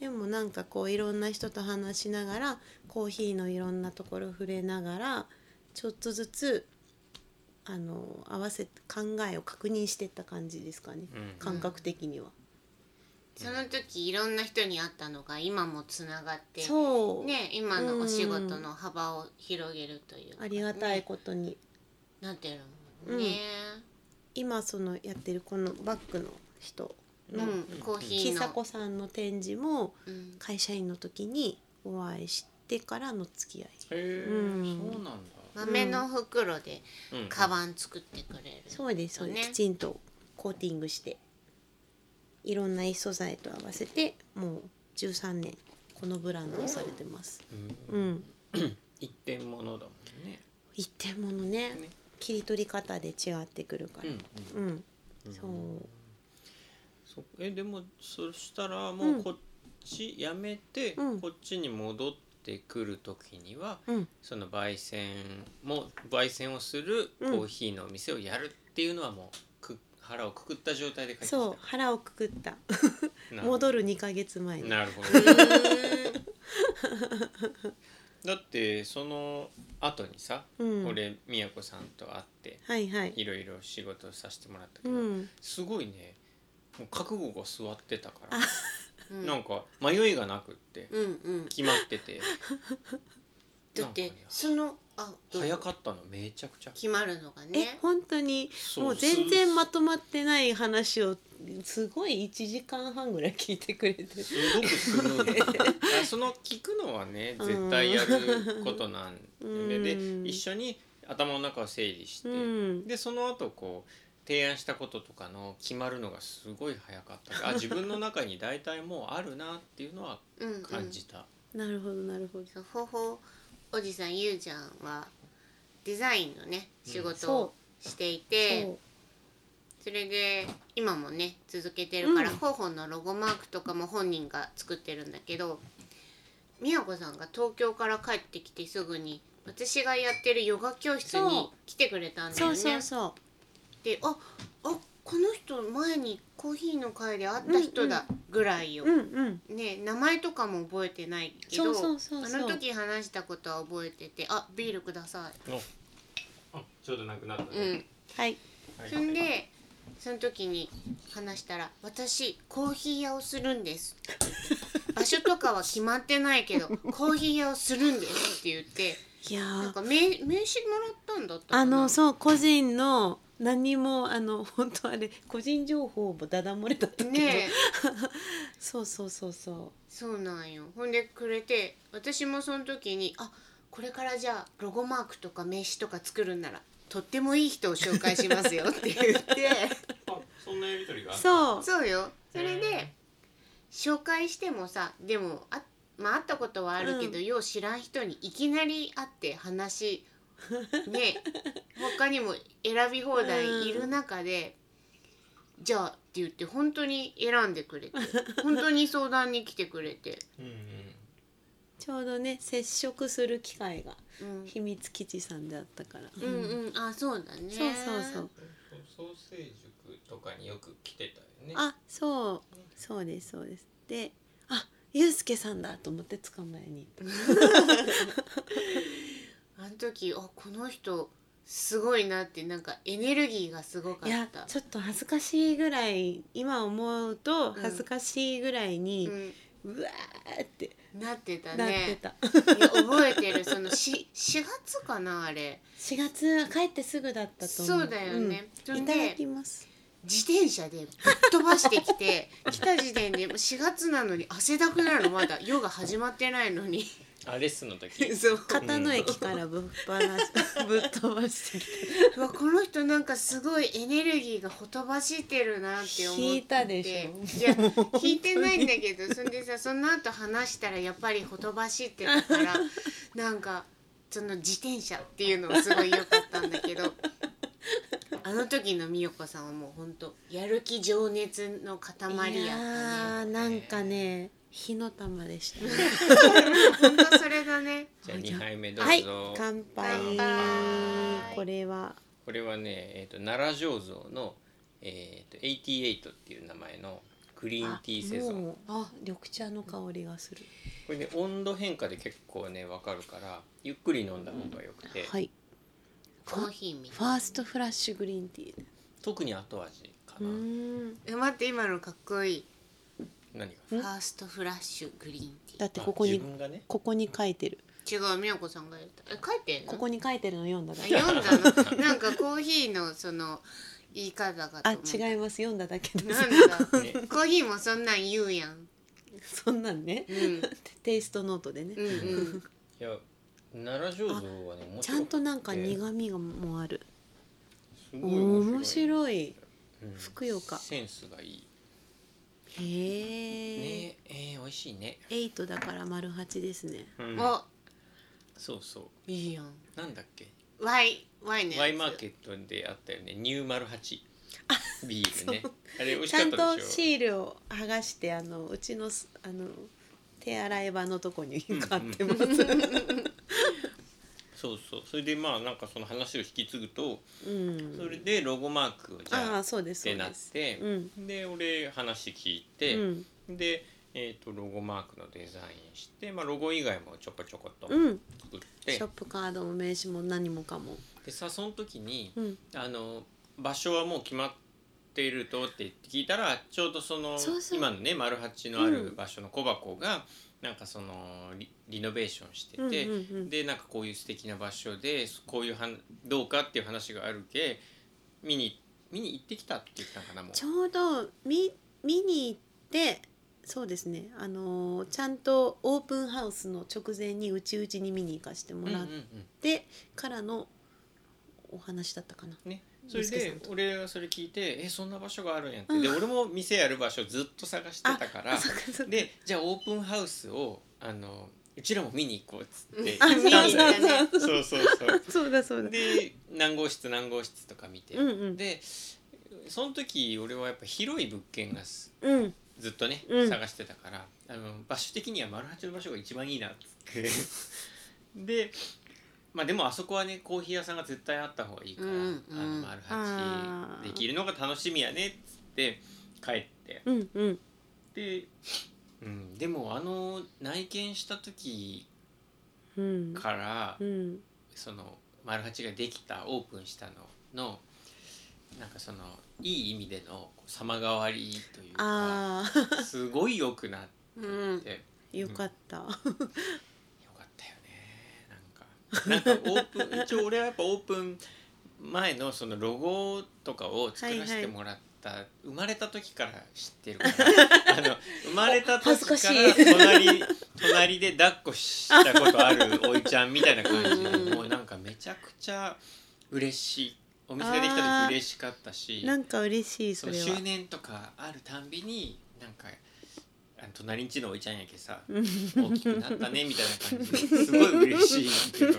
でもなんかこういろんな人と話しながらコーヒーのいろんなところ触れながらちょっとずつあの合わせ考えを確認してった感じですかね
うんうん
感覚的には、
その時いろんな人に会ったのが今もつながって
そう、
ね今のお仕事の幅を広げるというかね、
ありがたいことに、
なってるもんね、
今そのやってるこのバッグの人
うん
の、
コーヒ
き
ー
さ
の
こさんの展示も
うん
会社員の時にお会いしてからの付き合い
へえ、
うん
そうなんだ、
豆の袋で
うんうん
カバン作ってくれる、
そうですそうです、
ね
きちんとコーティングしていろんな異素材と合わせてもう13年このブランドをされてます
うん
うん
一点物だもんね
一点物ね
ね
切り取り方で違ってくるか
う
ら
ん
うん、
うん
そう
そえでもそしたらもうんうこっちやめて、
うん
こっちに戻ってくる時には
うん
その焙煎も焙煎をするコ
うん
ーヒーのお店をやるっていうのはもうく腹をくくった状態で帰ってきた
そう腹をくくった
な
戻る2ヶ月前に
なるほど
うーん
だってその後にさ、
うん、
俺みやこさんと会って
はいはい
いろいろ仕事させてもらったけ
う
ど、
ん
すごいねもう覚悟が座ってたから
うん
なんか迷いがなくって
うんうん
決まってて
だ
な
っ
んかね
てそのあどう
早かったのめちゃくちゃ
決まるのが
え
ね
本当に
そ
もう全然まとまってない話をすごい1時間半ぐらい聞いてくれて
すすごくスムーズ (laughs) あその聞くのはね絶対やることなんで,、
うん
で一緒に頭の中を整理して、
うん
でその後こう提案したこととかの決まるのがすごい早かったあ自分の中に大体もうあるなっていうのは
うんうん
感じた、
なるほどなるほど
そうほほおじさんゆうちゃんはデザインのね
うん
仕事を
そ
していうて、
そ
それで今もね続けてるから、
うん
ほほのロゴマークとかも本人が作ってるんだけど美和子さんが東京から帰ってきてすぐに私がやってるヨガ教室に
そ
来てくれたん
う
だよ
そ
ね。
うそうそう
でああこの人前にコーヒーの会で会った人だぐらいよ。
うんうん
ね名前とかも覚えてないけど
そうそうそう
あ
そ
の
う
時話したことは覚えててあビールくださ
あちょうどなくなった
い、うん、
はい
はい
そんでその時に話したら「私コーヒー屋をするん
(laughs)
です」「場所とかは決まってないけどコーヒー屋をするんです」って言って
いや
なん
ー
か名名刺もらったんだったかな
あのそう個人の何もあの本当あれ個人情報もダダ漏れだったけど、
ねえ
そうそうそうそ
そうなんよほんでくれて私もその時にあこれからじゃあロゴマークとか名刺とか作るんならとってもいい人を紹介しますよって言って (laughs)
あそんなやりとりが
う
あった
そう
そうよそれ
へ
で紹介してもさでもあまあ会ったことはあるけど、
う
よう知らん人にいきなり会って話 (laughs) ね他にも選び放題いる中で、じゃあって言って本当に選んでくれて本当に相談に来てくれ (laughs) て。
うんうん
ちょうどね接触する機会が
うん
秘密基地さんであったから、
うんうん、あ、そうだね。
そうそうそう
ソーセージ塾とかによく来てたよね
あそうそうですそうですであゆうすけさんだと思って捕まえに行っ
あの時、あ、この人。すごいなって、なんかエネルギーがすご
た
か
いや
った。
ちょっと恥ずかしいぐらい今思うと恥ずかしいぐらいに、
う
うわーって
ん、なってた
なって
ね。
た、
いや覚えてる、その
(laughs)
し、四月かな、あれ。
4月帰ってすぐだったと思う
そうだよね
う
そん
ん、い
で
ただきます
自転車でぶっ飛ばしてきて来た時点でもう4月なのに汗だくなのまだヨガ始まってないのに
(laughs)
あレッスンの時
そう
片野駅からぶっ放しぶっ飛ばして
(laughs)
き
うわこの人なんかすごいエネルギーがほとばしってるなって思ってて
引いたでし
いや引いてないんだけ
(laughs)
どそんでさその後話したらやっぱりほとばしってたからなんかその自転車っていうのがすごい良かったんだけどあの時の美代子さんはもうほんとやる気情熱の
た
塊
い
やっ
や
たね
ーなんかね火の玉でしたね
ほんとそれだね
じゃあ2杯目どうぞ、
はい、乾
乾
杯
杯
これは
これはね、えー、と奈良醸造の、えー、と88っていう名前のグリーンティーセゾ
あ
ン
もうあ緑茶の香りがする、
これね温度変化で結構ね分かるからゆっくり飲んだ方がよくて、
はい
コーヒーみたい
ファーストフラッシュグリーンティー
特に後味かな、
ん
え待って今のかっこいい
何が
ファーストフラッシュグリーンティー
だってここに
自分がね
ここに書いてる
違う美代子さんが言ったえ書いてんの
ここに書いてるの読んだ
(laughs)
だ (laughs) け
読んだのなんかコーヒーのその言い方が
あ
と思った
違います読んだだけで
な
す
んだ
ね
コーヒーもそんなん言うやん
そんなんね
うん
テイストノートでね、
うんうん
いや奈良醸造はね面白くて
ちゃんとなんか苦味がもある
すごい
面
面白い
白い
うん
ふくよか
センスがいい
へ
ね
え、
えー、美味しいね、
8だから丸八ですね
うん
お
そうそ
いいやん
うなんだっけ
ワイワイのやつ
ワイマーケットであったよねニューマル八ビールねあれ美味し
ちゃん
かった
と
でしょ
シールを剥がしてあのうちのすあの手洗い場のとこに買っ
(laughs)
てます、
そうそうそれでまあなんかその話を引き継ぐと
うん、
それでロゴマークをじ
あ
ゃあ
あ
っ
そうですそ
て
う
なっ
です
て
うん
で俺話聞いて
うん
でえー、とロゴマークのデザインして、まあ、ロゴ以外もちょこちょこっと
う
売っ
ん
て、
ショップカードも名刺も何もかも
でさその時に
うん
あの場所はもう決まっているとって言って聞いたらちょうどその
そうそう
今のね丸八のあ
う
る
ん
場所の小箱が、なんかそのリリノベーションしてて、
うんうんうん
でなんかこういう素敵な場所でこういうはんどうかっていう話があるけ見に見に行ってきたって言ったのかなもう
ちょうど見見に行ってそうですねあのーちゃんとオープンハウスの直前にうちうちに見に行かしても
うんうん
ら
う
っ
ん
てからのお話だったかな。 (laughs)
ね、それ
ユースケ
で
さんと
俺はそれ聞いて「えそんな場所があるんや」って、
うん
で俺も店やる場所ずっと探してたから
あそっかそっか
でじゃあオープンハウスをあのうちらも見に行こうっつって
あ
行ったんだよ
見に行っ
そうそうそう
そうだそうだ。
で何号室何号室とか見て、
うんうん
でその時俺はやっぱ広い物件がす
うん
ずっとね、
うん
探してたからあの場所的には丸八の場所が一番いいなっつってでまあでもあそこはねコーヒー屋さんが絶対あった方がいいから、
うんうん
あの丸
あ
八
ー
できるのが楽しみやねっつって帰って
うんうん
で、うん、でもあの内見した時
うん
から、
うん
その丸八ができたオープンしたののなんかそのいい意味でのこう様変わりというか
ああ
すごい良くなっ
うん
て。
よかった。
よかったよねなんかなんかオープン一応俺はやっぱオープン前のそのロゴとかを作らせてもらった、生まれた時から知ってるから
(laughs)
あの生まれた時から
恥ずかしい
隣隣で抱っこしたことあるおいちゃんみたいな感じで
うん
もうなんかめちゃくちゃ嬉しいお店ができた時嬉しかった
(laughs)
し
なんか嬉しいそ
そう
れ
周
は。
年とかあるたんびになんかあの隣んちのおいちゃんやけさ
うん
大きくなったねみたいな感じですごい嬉しいけど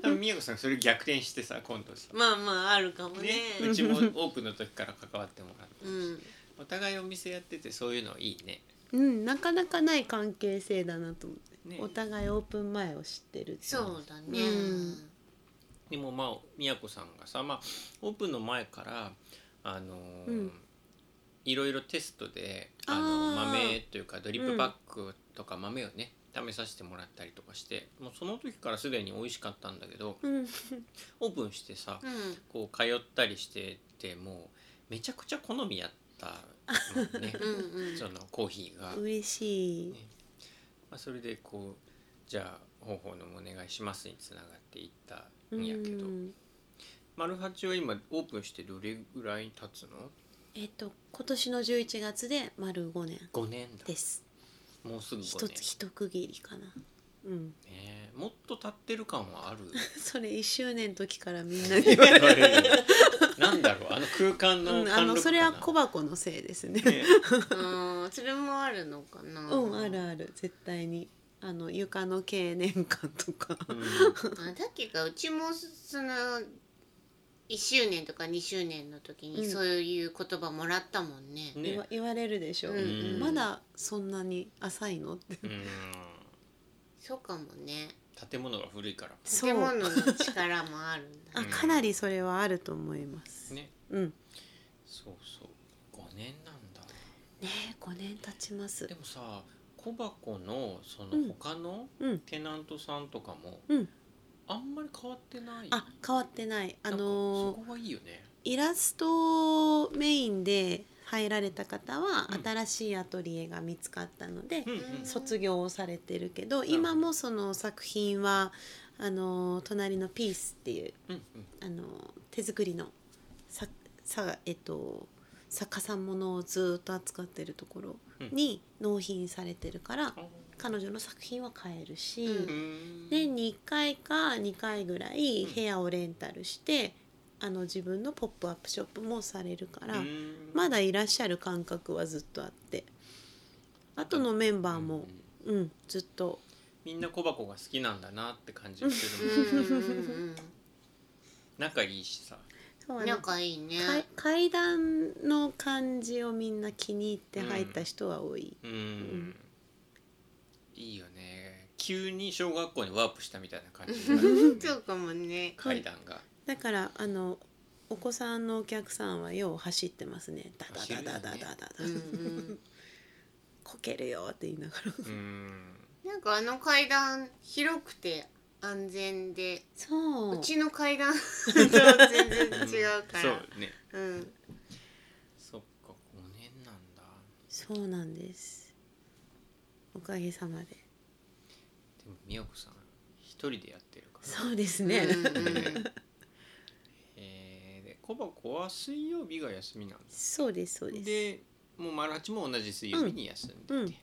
多分美也子さんそれ逆転してさ今度さ、
まあまああるかもね
ねうちもオープンの時から関わってもらって
う
るし、
ん
お互いお店やっててそういうのいいね
うんなかなかない関係性だなと思って。
ね
お互いオープン前を知ってるって。
そうだね
うん
でもまあ美也子さんがさ、まあ、オープンの前からあのー
うん
いろいろテストで
あー
あの豆というかドリップバッグとか豆をね、試させてもらったりとかしてもうその時からすでに美味しかったんだけど
うん
オープンしてさ、
うん
こう通ったりしててもうめちゃくちゃ好みやったもん
(laughs)
ね
うんうん
そのコーヒーが、ま
嬉しい。
あ、それでこうじゃあ方法のお願いしますにつながっていったんやけど、
うん
丸八は今オープンしてどれぐらい経つの
えっと今年の11月で丸5年
?5 年だ
です。
もうすぐ5
一
年
つ一区切りかな。
(laughs)
うん。
ねえもっと経ってる感はある
それ1周年の時からみんなに
(laughs) 言われるよなんだろうあの空間の
うん、あの
貫禄
それは
かな
小箱のせいですね。
ね
うんそれもあるのかな
うんあるある絶対にあの床の経年感とか。
うん
あだけどうちもその1周年とか2周年の時に
うん
そういう言葉もらったもん
(laughs)
ね。
ね
言わ言われるでしょ、
うん
まだそんなに浅いのって
うん
そうかもね。
建物が古いから
そう
建物の力もあるんだ
あ
うん
かなりそれはあると思います、
ね
うんね
そうそう5年なんだ
5年経ちます
でもさ小箱のその
うん
他の
うん
テナントさんとかも、
うん
あんまり変わってない
あ変わってないあの
なんかそこがいいよね
イラストメインで入られた方は
うん
新しいアトリエが見つかったので、
うんうん
卒業をされてるけど
るほど
今もその作品はあの隣のピースっていう
うん
あの手作りのささ、えっと、作家さんものをずっと扱ってるところに納品されてるから、彼女の作品は買えるし、
う
うん
年に1回か2回ぐらい
うん
部屋をレンタルして、あの自分のポップアップショップもされるから、
うん
まだいらっしゃる感覚はずっとあって後のメンバーも、
うん
うんずっと
みんな小箱が好きなんだなって感じがするもん
うんうん
仲いいしさ
そう
う
あ
ん。
の
仲いいね。
かい階段の感じをみんな気に入って入った人は多い。
うん、いいよね急に小学校にワープしたみたいな感じになるよね
そうかもね。
階段が
だからあのお子さんのお客さんはよう走ってますね。ダダダダダダダダ。
うんうん。
こけるよって言いながら
うん
なんかあの階段広くて安全で
そう
うちの階段 (laughs) と全然違うか
そ
ら
うね
うん
そっか5年なんだ
そうなんですおかげさまで
でも美代子さん一人でやってるから
そうですね、
うんうん
えー、でコバコは水曜日が休みなんです
そうですそうです
でもう丸八も同じ水曜日に休んでて、
うんうん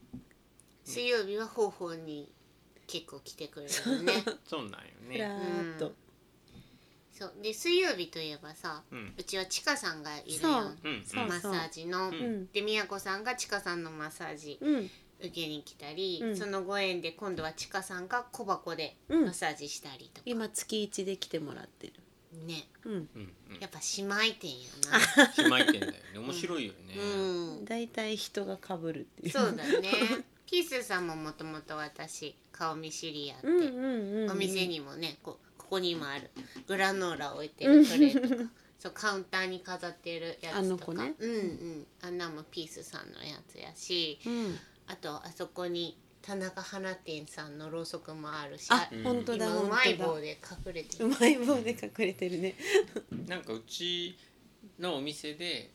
水曜日は方法に結構来てくれるよね
そうなんよ
ふら
ね
ーっと、
そうで水曜日といえばさ
うん
うちはちかさんがいる
そ
よ
う
うん
そう
マッサージの、
うん
うん
で美和子さんがちかさんのマッサージ
うん
受けに来たり、
うん
そのご縁で今度はちかさんが小箱で
うん
マッサージしたりとか、
今月一で来てもらってる
ね
うん
うんうん
やっぱ姉妹店や
暇いてんだよね面白いよね、
な、うん、
大体人がかぶるっていう (laughs)
そうだねキースさんももともと私顔見知りやって、
うんうんうんうん
お店にもねこここに今あるグラノーラ置いてるトレーとかそうカウンターに飾ってるやつとか
あの子ね
うんうんあんなもピースさんのやつやし
うん
あとあそこに田中花店さんのろうそくもあるし
あ
うん
本当だ
今う
本
まい
当
棒
だ
で隠れて
う
る
まい棒で隠れてるね
なんかうちのお店で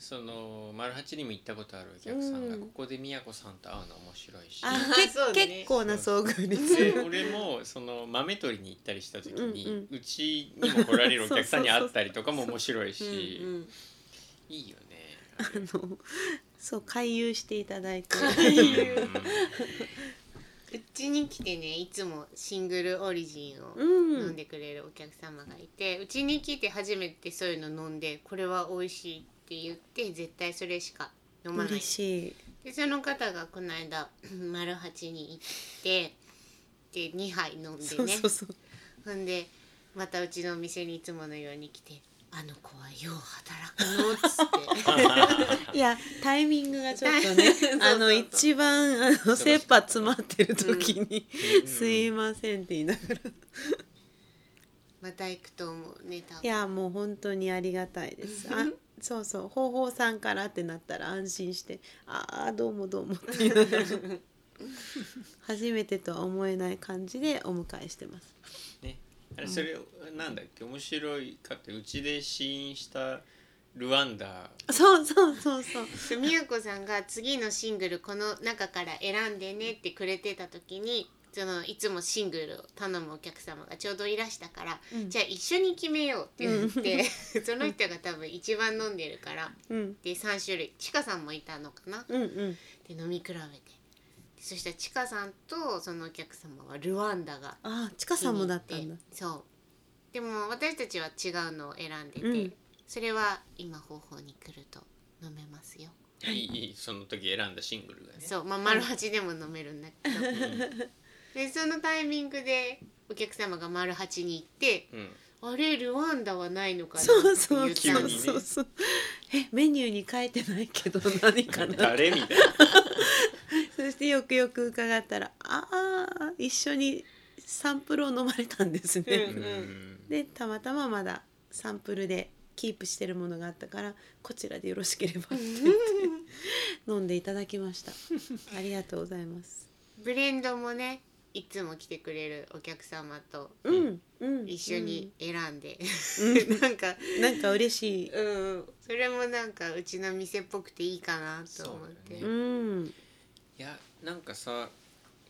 その丸八にも行ったことあるお客さんが、
うん
ここで宮子さんと会うの面白いし
あ
ー
け
そうだね
結構な遭遇です
で俺もその豆取りに行ったりした時に、う
うん
ちにも来られるお客さんに会ったりとかも面白いし
うんうん
いいよね。
あのそう回遊していただいて
うちに来てねいつもシングルオリジンを
うん
飲んでくれるお客様がいてうち、に来て初めてそういうの飲んでこれは美味しいって言って絶対それしか飲まない
嬉しい
でその方がこの間丸八に行ってで2杯飲んでね
そうそうそう
ほんでまたうちのお店にいつものように来て「あの子はよう働くの」っつって
いやタイミングがちょっとね
そうそうそう
あの一番あの切羽詰まってる時に「
うん
(laughs) すいません」って言いながら
また行くと思うね多
い
分
やもう本当にありがたいですあそうそう方法さんからってなったら安心して「ああどうもどうも」って言い
(laughs)
ながら初めてとは思えない感じでお迎えしてます
ね、あれそれなんだっけ面白いかってうちで試飲したルワンダ
そうそうそうそう
で美和子さんが次のシングルこの中から選んでねってくれてた時にそのいつもシングルを頼むお客様がちょうどいらしたから、
うん
じゃあ一緒に決めようって言って、 (laughs) その人が多分一番飲んでるから
うん
で3種類ちかさんもいたのかな
うんうん
で飲み比べてそしたらちかさんとそのお客様はルワンダが
ああちかさんもだったんだ
そうでも私たちは違うのを選んでて、
うん
それは今方法に来ると飲めますよ
ーいいいいその時選んだシングルがね。
そうまあ丸八でも飲めるんだけ
(laughs)
ど、でそのタイミングでお客様が丸八に行って
(laughs)
うん
「あれルワンダはないのかな」って
そうそう
言った
急
の
にね
そうそうえメニューに書いてないけど何かな
誰みたい
そしてよくよく伺ったら「ああ一緒にサンプルを飲まれたんです
な。
ね」
うん
でたまたままだサンプルでキープしてるものがあったからこちらでよろし
(laughs)
ければって言って飲んでいただきましたありがとうございます
ブレンドもねいつも来てくれるお客様と
うんうん
一緒に、選んで、 (laughs) なんか
うんなんか嬉しい
うんそれもなんかうちの店っぽくていいかなと思っ
そう
て
だ
う
よね
ん
いやなんかさ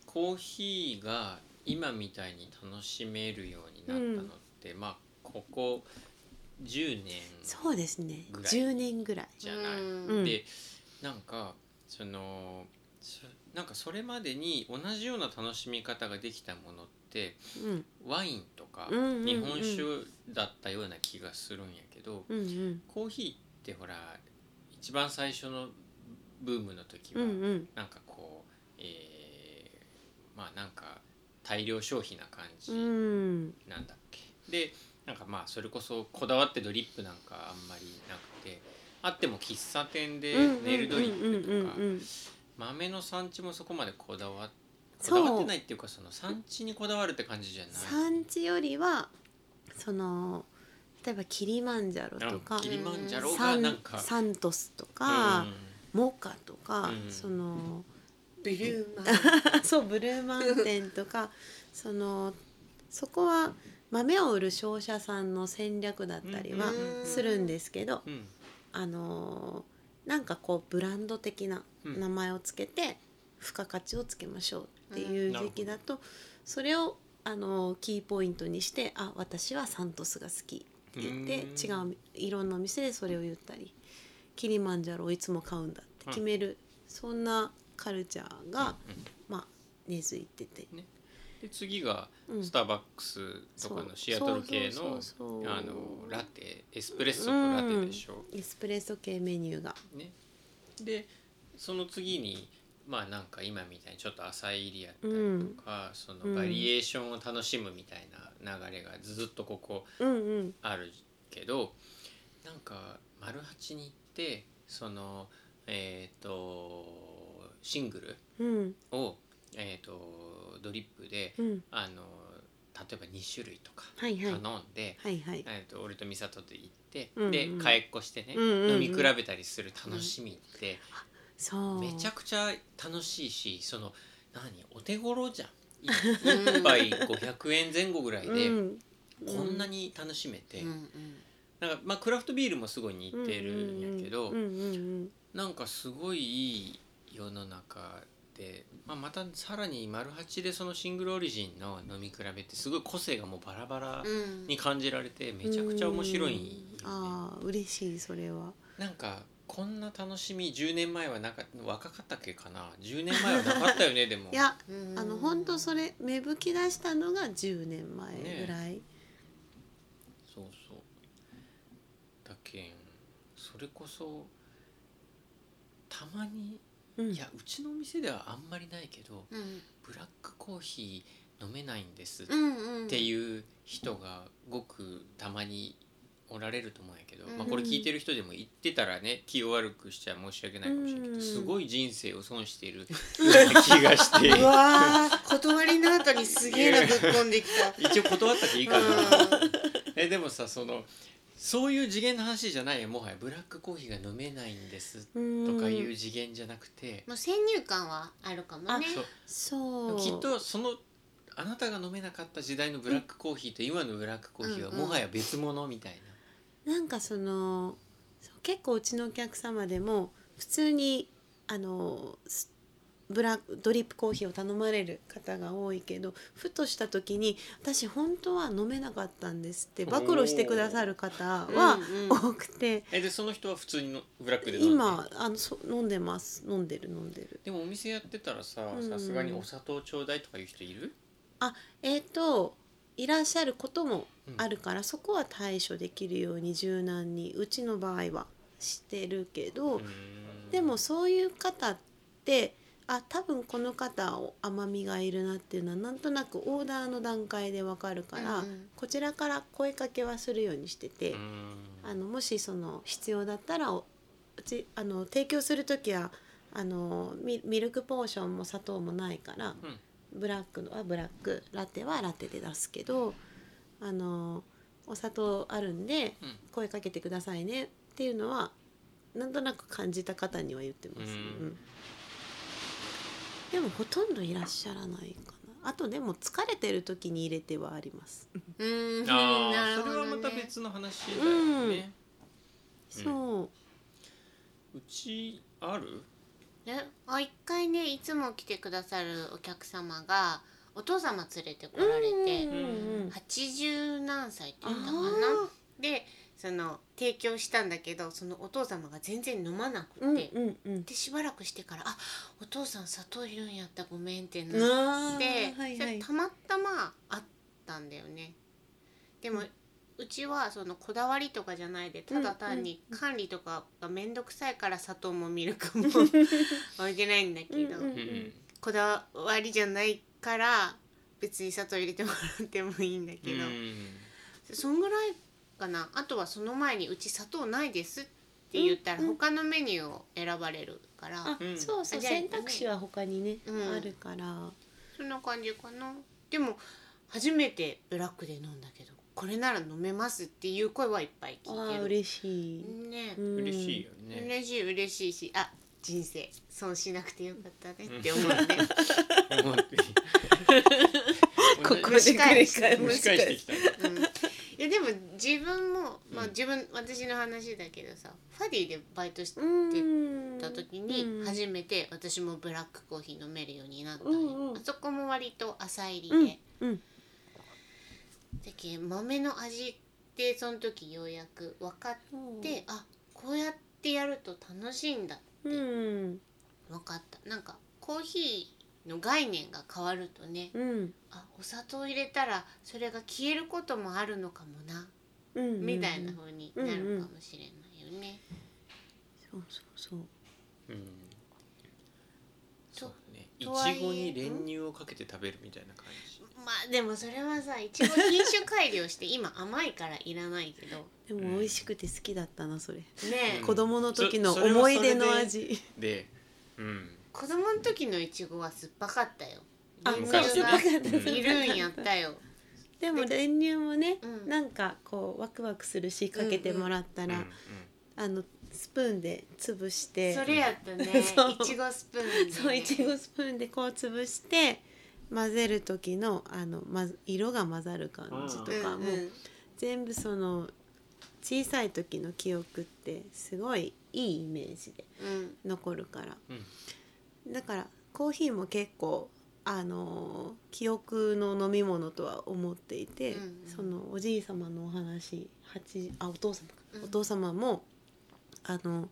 コーヒーが今みたいに楽しめるようになったのって、まあここ10年
そうですね
ぐらい
10年ぐらい
じゃない。
うん
でなんかそのそなんかそれまでに同じような楽しみ方ができたものって
うん
ワインとか
うんうんうん
日本酒だったような気がするんやけど、
うんうん
コーヒーってほら一番最初のブームの時
う
は、
んうん
なんかこう、えーまあなんか大量消費な感じ
うん
なんだっけ、でなんかまあそれこそこだわってドリップなんかあんまりなくてあっても喫茶店でネイルドリップとか
うん
豆の産地もそこまでこだわこ
そう
だわってないっていうかその産地にこだわるって感じじゃない。
産地よりはその例えばキリマンジャロと
うん
か
キリマンジャロが
サ
なん
ン
か
サントスとか、
うん
モカとか、
うん
その (laughs)
ブルーマン
そうブルーマウンテンとか (laughs) そのそこは豆を売る商社さんの戦略だったりは
うん
するんですけど、
うん
あのーなんかこうブランド的な
うん
名前をつけて付加価値をつけましょうっていう
うんなるほど
時期だとそれをあのーキーポイントにして「あ私はサントスが好き」って言って
うん
違ういろんなお店でそれを言ったり「キリマンジャロをいつも買うんだ」って決める、そんなカルチャーが、
うん
まあ、根付いてて。
で次が
うん
スターバックスとかのシアトル系の
そうそうそうそう
あのラテエスプレッソとラテでしょ、
エスプレッソ系メニューが
ね、でその次にまあなんか今みたいにちょっと浅いエリアだったりとか、そのバリエーションを楽しむみたいな流れがずっとここ
うんうん
あるけどなんか丸八に行ってそのえっ、とシングル
うん
を、えー、とドリップで
うん
あの例えば2種類とか
はいはい
頼んで、
はいはい
えー、と俺と美里と行って、
うんうん
でかえっこしてね、
うんうんうん
飲み比べたりする楽しみって、
そう
めちゃくちゃ楽しいしその何お手頃じゃん。
うん
1杯500円前後ぐらいで、
うん
こんなに楽しめて、
うんうん
なんかまあクラフトビールもすごい似てるんやけど、
うんうんうん
なんかすごいいい世の中で、まあ、またさらに「マルハチ」でそのシングルオリジンの飲み比べってすごい個性がもうバラバラ
うん
に感じられてめちゃくちゃ面白いよね。
ああ嬉しいそれは
なんかこんな楽しみ10年前はなかった若かったっけかな10年前はなかった
(laughs)
よねでも
いや
うん
あの本当それ芽吹き出したのが10年前ぐらい
そうそうだけんそれこそたまに
うん
いやうちのお店ではあんまりないけど
うん
ブラックコーヒー飲めないんですっ
うんうん
っていう人がごくたまにおられると思うんやけど、
うん
まあ、これ聞いてる人でも言ってたらね気を悪くしちゃ申し訳ないかもしれないけど、
うん
すごい人生を損している気がして
うわー断りの後にすげえのぶっこんできた。
一応断ったっていいかな、
うん
えでもさそのそういう次元の話じゃないよもはやブラックコーヒーが飲めないんですとかいう次元じゃなくて、
もう先入観はあるかもね。
そう
そう
きっとそのあなたが飲めなかった時代のブラックコーヒーと今のブラックコーヒーは
うんうん
もはや別物みたいな。
なんかそのそう結構うちのお客様でも普通にあのスブラドリップコーヒーを頼まれる方が多いけどふとした時に「私本当は飲めなかったんです」って暴露してくださる方は
うんうん
(laughs) 多くて、
えでその人は普通にのブラックで飲んで
今あのそ飲んでます飲んでる飲んでる。
でもお店やってたらさ
うん
さすがにお砂糖ちょうだいとかいう人いる
えっ、といらっしゃることもあるから、そこは対処できるように柔軟にうちの場合はしてるけど、でもそういう方ってあ多分この方を甘みがいるなっていうのはなんとなくオーダーの段階でわかるから、
うんうん
こちらから声かけはするようにしてて、あのもしその必要だったらおうちあの提供する時はあのミミルクポーションも砂糖もないから、ブラックのはブラックラテはラテで出すけどあのお砂糖あるんで
うん
声かけてくださいねっていうのはなんとなく感じた方には言ってます、
う
ね
ん
うんでもほとんどいらっしゃらないかなあとでも疲れてる時に入れてはあります、
うん、
あ
なる
あそ
ほ
れ
ど
は
ね
また別の話だよね、
そう
うちある
えあ一回ねいつも来てくださるお客様がお父様連れてこられて
うんうんうん
80何歳って言ったかな
あ
でその提供したんだけどそのお父様が全然飲まなくて、
ーうんうんうん
でしばらくしてから「あお父さん砂糖いるんやったごめん」ってなって
あ
で
ー、はいはい
それたまたまあったんだよねでも、うちはそのこだわりとかじゃないでただ単に管理とかが面倒くさいから砂糖もミルク
(laughs)
も置いてないんだけど、
うんうん
こだわりじゃないから別に砂糖入れてもらってもいいんだけど、そんぐらいかなあとはその前に「うち砂糖ないです」って言ったら
うんうん
他のメニューを選ばれるから、
あ、
うん
そうそう
あじゃあ
選択肢は他にね、
うん
あるから
そんな感じかなでも初めてブラックで飲んだけどこれなら飲めますっていう声はいっぱい
あ
聞いて
ー
る
嬉しい、
ね
うん
嬉しいよね、
嬉しい嬉しいしあ人生損しなくてよかったねって思うね
思って
(laughs) ここで
蒸
(laughs)
し返し
繰り
蒸
返
し
す
返してきた
うん
(laughs)
いやでも自分も、まあ、
うん
自分私の話だけどさファディでバイトして
うん
た時に初めて私もブラックコーヒー飲めるようになったのよ、
うんうん
あそこも割と浅入りで、
うんうん
だけど豆の味ってその時ようやく分かって、あこうやってやると楽しいんだって
うん
分かったなんかコーヒーの概念が変わるとね
うん
あお砂糖入れたらそれが消えることもあるのかもな
うん
みたいな風になるかもしれないよね。
そうそうそう
うん
と
そうだねい
とはいえ
ちごに練乳をかけて食べるみたいな感じ
まあでもそれはさいちご品種改良して今甘いからいらないけど
でも美味しくて好きだったなそれ、
ねえ
うん
子供の時の
そそれは
思い出の
それで
味
でうん
子供の時のいちごは酸っぱかったよ。
あ
練乳
そう酸っぱか
が
た酸っぱかった
いるんやったよ。
でも練乳もね、
うん
なんかこうワクワクするしかけてもらった
うん
ら、
うん
あのスプーンで潰して
それやったね。
(laughs) そう
いちごスプーンでね、
そういちごスプーンでこう潰して混ぜる時のあの、ま、色が混ざる感じとか、
うん
もう全部その小さい時の記憶ってすごいいいイメージで
うん
残るから
うん
だからコーヒーも結構あのー記憶の飲み物とは思っていて、
うんうん
そのおじい様のお話八あお父様か、
うん
お父様もあの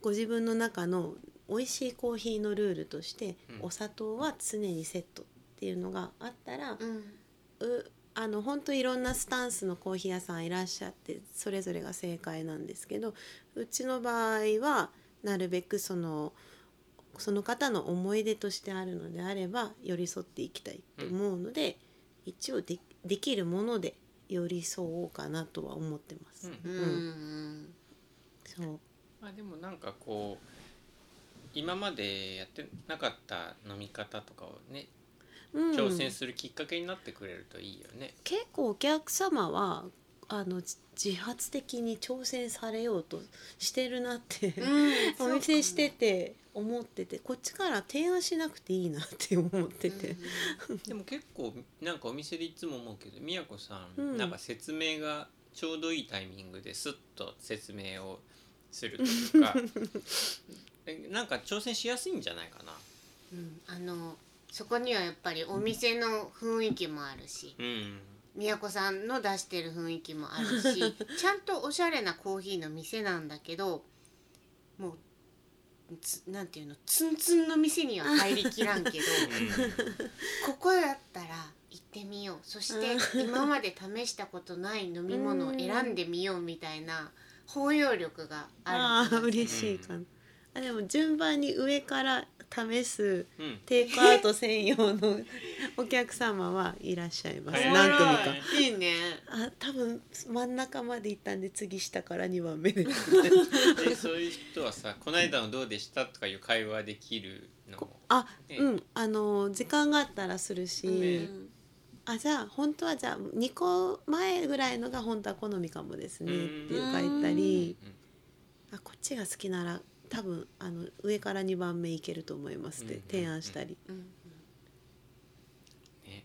ご自分の中の美味しいコーヒーのルールとして、
うん
お砂糖は常にセットっていうのがあったら、
うん
うあの本当いろんなスタンスのコーヒー屋さんいらっしゃってそれぞれが正解なんですけどうちの場合はなるべくそのその方の思い出としてあるのであれば寄り添っていきたいと思うので、一応でできるもので寄り添おうかなとは思ってます。
う
う
ん
んうん
そう
まあでもなんかこう今までやってなかった飲み方とかをね
うん
挑戦するきっかけになってくれるといいよね。
結構お客様はあのじ自発的に挑戦されようとしてるなって、
うん
お店してて思っててこっちから提案しなくていいなって思ってて、
でも結構なんかお店でいつも思うけどみやこさん、
うん
なんか説明がちょうどいいタイミングですっと説明をするという
(laughs)
かえなんか挑戦しやすいんじゃないかな。
うんうんあのそこにはやっぱりお店の雰囲気もあるし
うん
宮子さんの出してる雰囲気もあるし (laughs) ちゃんとおしゃれなコーヒーの店なんだけどもうつなんていうのツンツンの店には入りきら (laughs) んけどここだったら行ってみようそして今まで試したことない飲み物を選んでみようみたいな包容力があ
あ
る
あ嬉しいかな、あでも順番に上から試す
うん
(laughs)
うん
テイクアウト専用のお客様はいらっしゃいます
はい
何組
おもろ
か
い。
いいね
あ多分真ん中まで行ったんで次下から2番目で
でそういう人はさ「この間のどうでした?」とかいう会話できるのも。
あ
ね
うんあの時間があったらするし、
ね
あじゃあ本当はじゃあ2個前ぐらいのが本当は好みかもですねっていう書いた
うん
り。あこっちが好きなら多分あの上から2番目いけると思いますって
うんうんうん
提案したり、
うん
ね、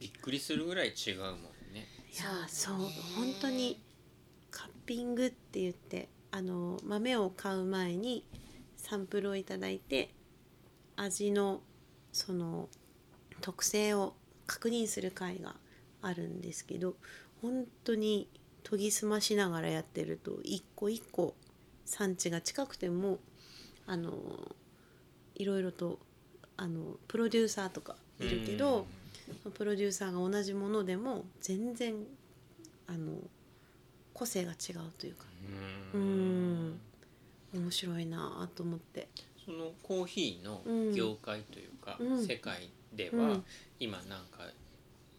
びっくりするぐらい違うもんね。
いやーそ
そうう
本
ね
当にカッピングって言ってあの豆を買う前にサンプルをいただいて味のその特性を確認する会があるんですけど本当に研ぎ澄ましながらやってると一個一個産地が近くてもあのいろいろとあのプロデューサーとかいるけど、プロデューサーが同じものでも全然あの個性が違うというか
うん、
うん面白いなぁと思って
そのコーヒーの業界というか、
うん
世界で
う
は
ん
今なんか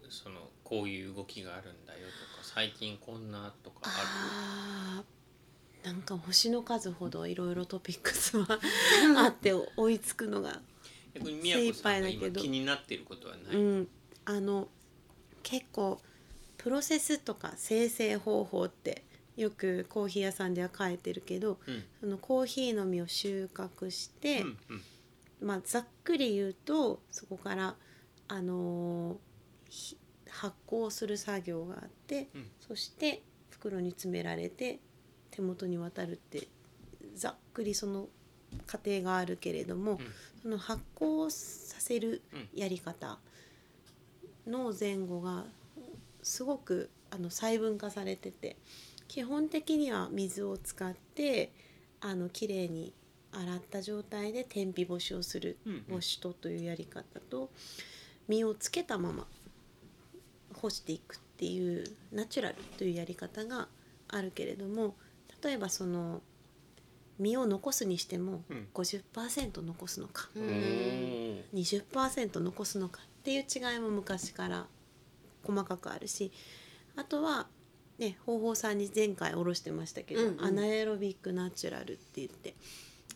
そのこういう動きがあるんだよとか最近こんなとかあ
あーなんか星の数ほどいろいろトピックスはあって追いつくのが、
る逆に宮子さんが
精一杯だけ
今
ど
気になっていることはな
う
い、
ん、あの結構プロセスとか生成方法ってよくコーヒー屋さんでは買えてるけど
うん
そのコーヒーの実を収穫して、
うんうん
まあ、ざっくり言うとそこから、あのーひ発酵する作業があって、
うん
そして袋に詰められて手元に渡るってざっくりその過程があるけれども、
ん
その発酵させる
うん
やり方の前後がすごくあの細分化されてて基本的には水を使ってあの綺麗に洗った状態で天日干しをする
うんうん
干しとというやり方と身をつけたまま干していくっていうナチュラルというやり方があるけれども例えばその身を残すにしても
うん
50%残すのか
う
お
ん
ー
20%残すのかっていう違いも昔から細かくあるしあとはね方法さんに前回おろしてましたけど、
うんうん
アナエロビックナチュラルって言って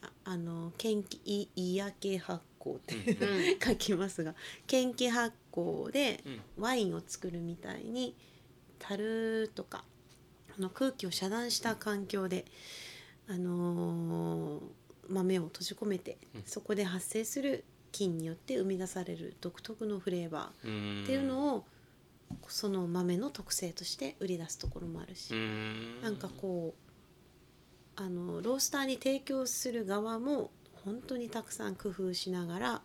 ああの研気い胃やけ発酵って、
うん
うん
書きますが研気発酵で
うん
ワインを作るみたいに樽とかあの空気を遮断した環境で、あのー豆を閉じ込めて、
うん
そこで発生する菌によって生み出される独特のフレーバ
うん
ーっていうのを、その豆の特性として売り出すところもあるし、
うん
なんかこうあのロースターに提供する側も本当にたくさん工夫しながら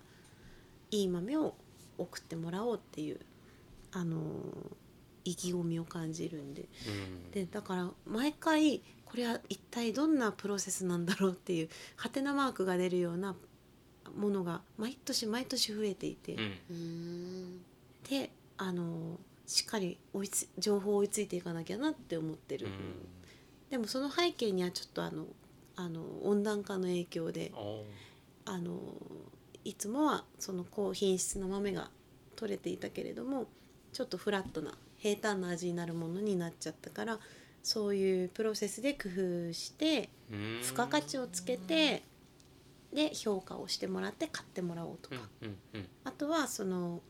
いい豆を送ってもらおうっていうあの意気込みを感じるんで
うん
でだから毎回これは一体どんなプロセスなんだろうっていうハテナマークが出るようなものが毎年毎年増えていて。
うん
うん
であのしっかり追いつ情報を追いついていかなきゃなって思ってる、でもその背景にはちょっとあのあの温暖化の影響で
うんおー
あのいつもはその高品質の豆が取れていたけれどもちょっとフラットな平坦な味になるものになっちゃったからそういうプロセスで工夫して
うん
付加価値をつけてで評価をしてもらって買ってもらおうとか、
うんうん
あとはその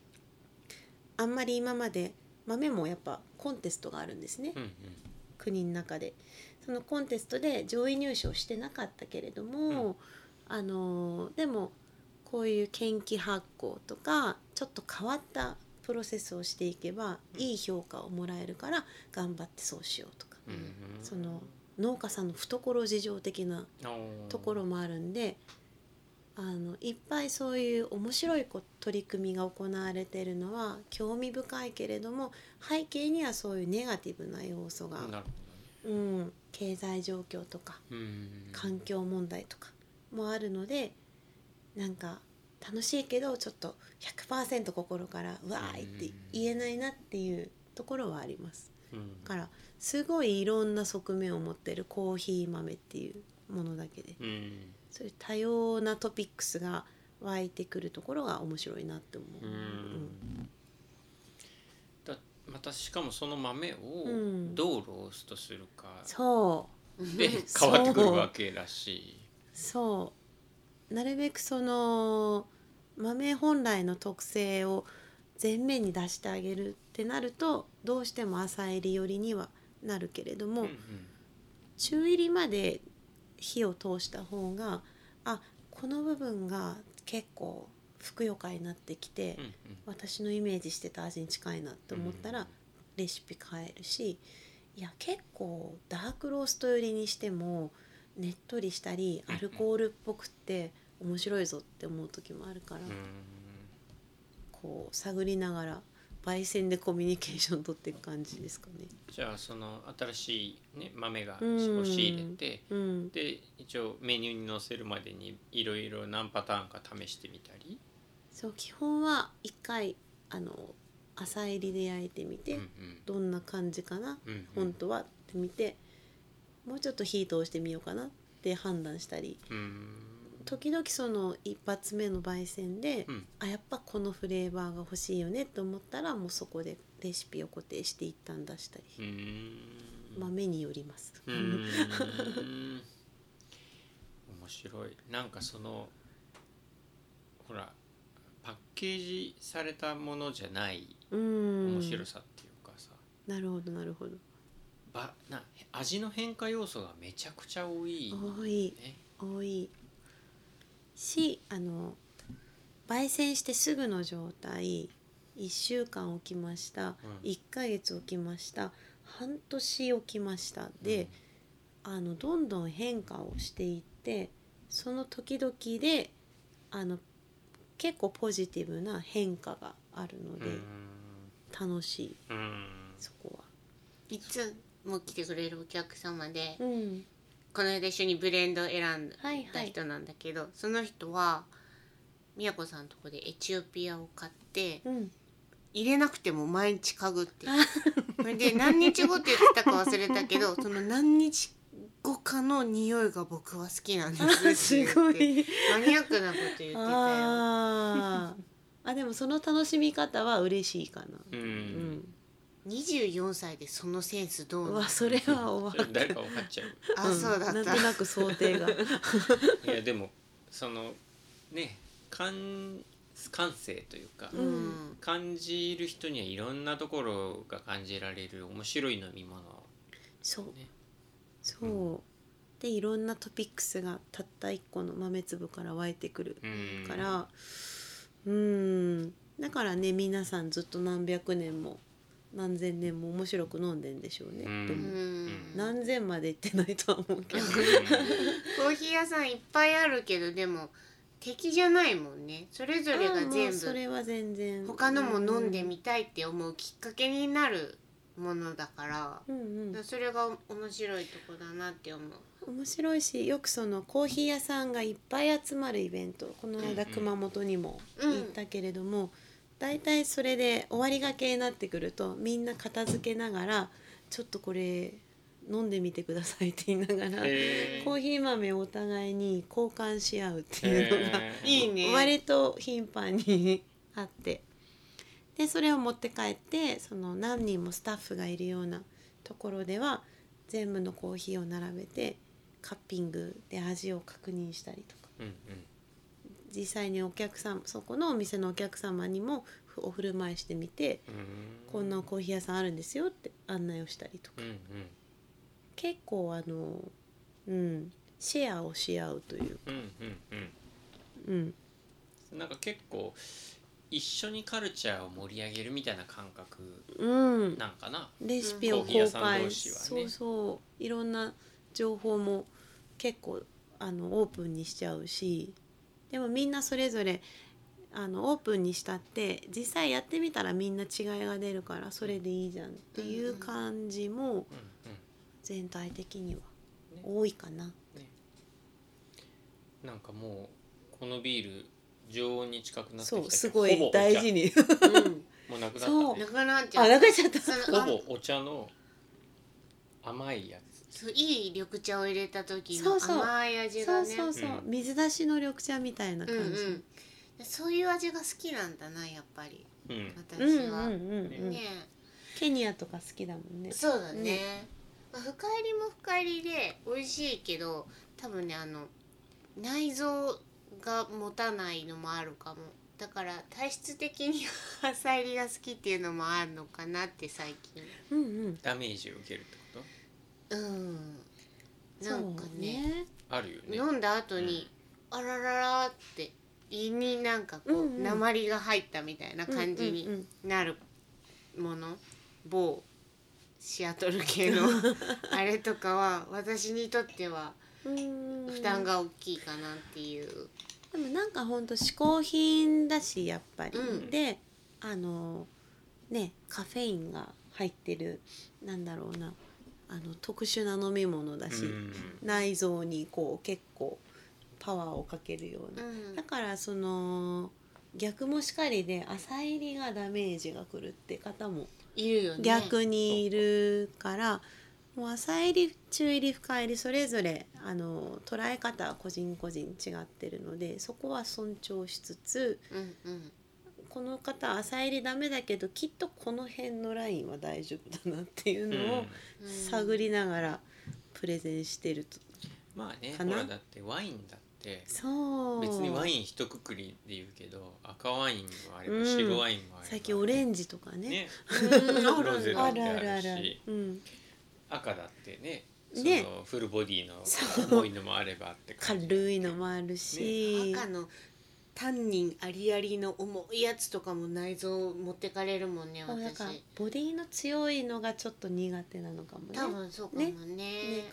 あんまり今まで豆もやっぱコンテストがあるんですね、
うん
国の中でそのコンテストで上位入賞してなかったけれども、あのでもこういう研気発酵とかちょっと変わったプロセスをしていけば
うん
いい評価をもらえるから頑張ってそうしようとか、
うんうん
その農家さんの懐事情的な
おー
ところもあるんであのいっぱいそういう面白いこ取り組みが行われているのは興味深いけれども背景にはそういうネガティブな要素が、
なるほ
うん、経済状況とか
どねうん
環境問題とかもあるのでなんか楽しいけどちょっと100%心から「うわーい!」って言えないなっていうところはあります。
うん
だからすごいいろんな側面を持ってるコーヒー豆っていうものだけで
うん
そういう多様なトピックスが湧いてくるところが面白いなって思う。
うんだまたしかもその豆を
うん
どうローストするか
そう
で変わってくるわけだし
そうなるべくその豆本来の特性を前面に出してあげるってなるとどうしても浅入り寄りにはなるけれども、
うん
中入りまで火を通した方があこの部分が結構ふくよかになってきて、
うんうん
私のイメージしてた味に近いなって思ったら、レシピ変えるしいや結構ダークロースト寄りにしてもねっとりしたり
うん
アルコールっぽくって面白いぞって思う時もあるから、
うん
こう探りながら焙煎でコミュニケーション取っていく感じですかね。
じゃあその新しい、ね、豆が
うん
少し入れて
うん、
で一応メニューに載せるまでにいろいろ何パターンか試してみたり、
そう基本は一回あの浅入りで焼いてみて、
うん
どんな感じかな
うんうんう
本
ん
当はって見てもうちょっと火通してみようかなって判断したり
うん
時々その一発目の焙煎で、
うん
あやっぱこのフレーバーが欲しいよねと思ったらもうそこでレシピを固定して一旦出したり、
うん
豆によります。
うーん面白いなんかそのほらパッケージされたものじゃない
(laughs) うん
面白さっていうかさ、
なるほどなるほど。
ばな味の変化要素がめちゃくちゃ多い、
多い
ね、
多いしあの焙煎してすぐの状態1週間置きました、
うん
1ヶ月置きました半年置きましたで、あのどんどん変化をしていってその時々であの結構ポジティブな変化があるの
う
で、
ん
楽しい
うんうん
そこは。
いつも来てくれるお客様で
うん、
この間一緒にブレンド選んだ
はいはい
人なんだけど、その人はみやこさんのとこでエチオピアを買って
うん、
入れなくても毎日嗅ぐって
(laughs)
それで何日後って言ってたか忘れたけどその何日後かの匂いが僕は好きなん (laughs) ですって言って
(laughs) すごい。
マニアックなこと言ってたよ
あーあでもその楽しみ方は嬉しいかな。
うん
うん。
24歳でそのセンスど
う
うなの
わそれは終
それ
わる。
(laughs) 誰か分かっちゃう
あそうだった、
んなんとなく想定が。
いやでもそのね感感性というか、
ん
うん
感じる人にはいろんなところが感じられる面白い飲み物
そう
ね。
そう。でいろんなトピックスがたった一個の豆粒から湧いてくる
うん
から、うん。だからね皆さんずっと何百年も何千年も面白く飲んでんでしょうね。
うん
で
う
も
ん
何千まで行ってないとは思う (laughs) けど。
コーヒー屋さんいっぱいあるけどでも敵じゃないもんねそれぞれ
あ
が
ーまあ
全
そ
部
れは全然
他のも飲んでみたいって思うきっかけになるものだから
うんうん
だからそれが面白いとこだなって思う
面白いしよくそのコーヒー屋さんがいっぱい集まるイベントこの
うんう
間
ん
熊本にも
うん
行ったけれども、大体それで終わりがけになってくるとみんな片付けながらちょっとこれ飲んでみてくださいって言いながら
へー
コーヒー豆をお互いに交換し合うっていうのが
へー
いいね
割と頻繁にあってでそれを持って帰ってその何人もスタッフがいるようなところでは全部のコーヒーを並べてカッピングで味を確認したりとか
うん
実際にお客さんそこのお店のお客様にもお振る舞いしてみて
うんうん
こんなコーヒー屋さんあるんですよって案内をしたりとか
うんうん
結構あのうんシェアをし合うという
うんうん
うん
うんなんか結構一緒にカルチャーを盛り上げるみたいな感覚
うん
なんかな
レシピを
コーヒー
公
屋さん
開、
同士はね
そうそういろんな情報も結構あのオープンにしちゃうしでもみんなそれぞれあのオープンにしたって実際やってみたらみんな違いが出るからそれでいいじゃんっていう感じも
うんうん
全体的には
ね
多いかな。
なんかもうこのビール常温に近くなってきたけ
そ
ど
うす
ほぼ
ごい
お茶
大事に
もうなくなった
そう
ね
なくなっちゃ
あ
う
なくなっちゃった
そのあ
ほぼお茶の甘いやつ
そういい緑茶を入れた時の
そうそう
甘い味
そ
が
う
ね
そうそう、
う
水出しの緑茶みたいな
うん
感じ、うん
うんそういう味が好きなんだなやっぱり
うん
私
うん、うん
は、
うんうん
ね
ケニアとか好きだもんね
そうだね、まあ、深入りも深入りで美味しいけど多分ねあの内臓が持たないのもあるかもだから体質的に浅入りが好きっていうのもあるのかなって最近
うんうん
ダメージを受けるってこ
うんなんか
そう
ね
とあるよね
飲んだ後に、あらららって胃になんかこう、
うんうん
鉛が入ったみたいな感じ
うんうんう
に
ん
なるもの、某シアトル系
(laughs)
のあれとかは私にとっては負
負
担が大きいかなっていう、
でもなんかほんと嗜好品だしやっぱり、
うん
であのねカフェインが入ってるなんだろうなあの特殊な飲み物だし、
うん
内臓にこう結構パワーをかけるよう
う
な、
ん
だからその逆もしかりで浅入りがダメージがくるって方も
いるよね
逆にいるからもう浅入り中入り深入りそれぞれあの捉え方は個人個人違ってるのでそこは尊重しつつ
うんうん
この方は浅入りダメだけどきっとこの辺のラインは大丈夫だなっていうのを
うん
探りながらプレゼンしてると、
まあね
か
ほ
な
らだってワインだって
そう
別にワイン一括りで言うけど赤ワインもあれば白ワインもあれば
最近オレンジとかね
ね
うんあるん
ロゼ
だ
ロ
あ
って
るあるあ
ある
る
し
うん
赤だってねそ
ね
のフルボディの
そう
重いのもあればって感じ
軽いのもあるし、
赤の単人ありありの重いやつとかも内臓持ってかれるもんね
なん
私
かボディの強いのがちょっと苦手なのかもね
多分そうかもね
ね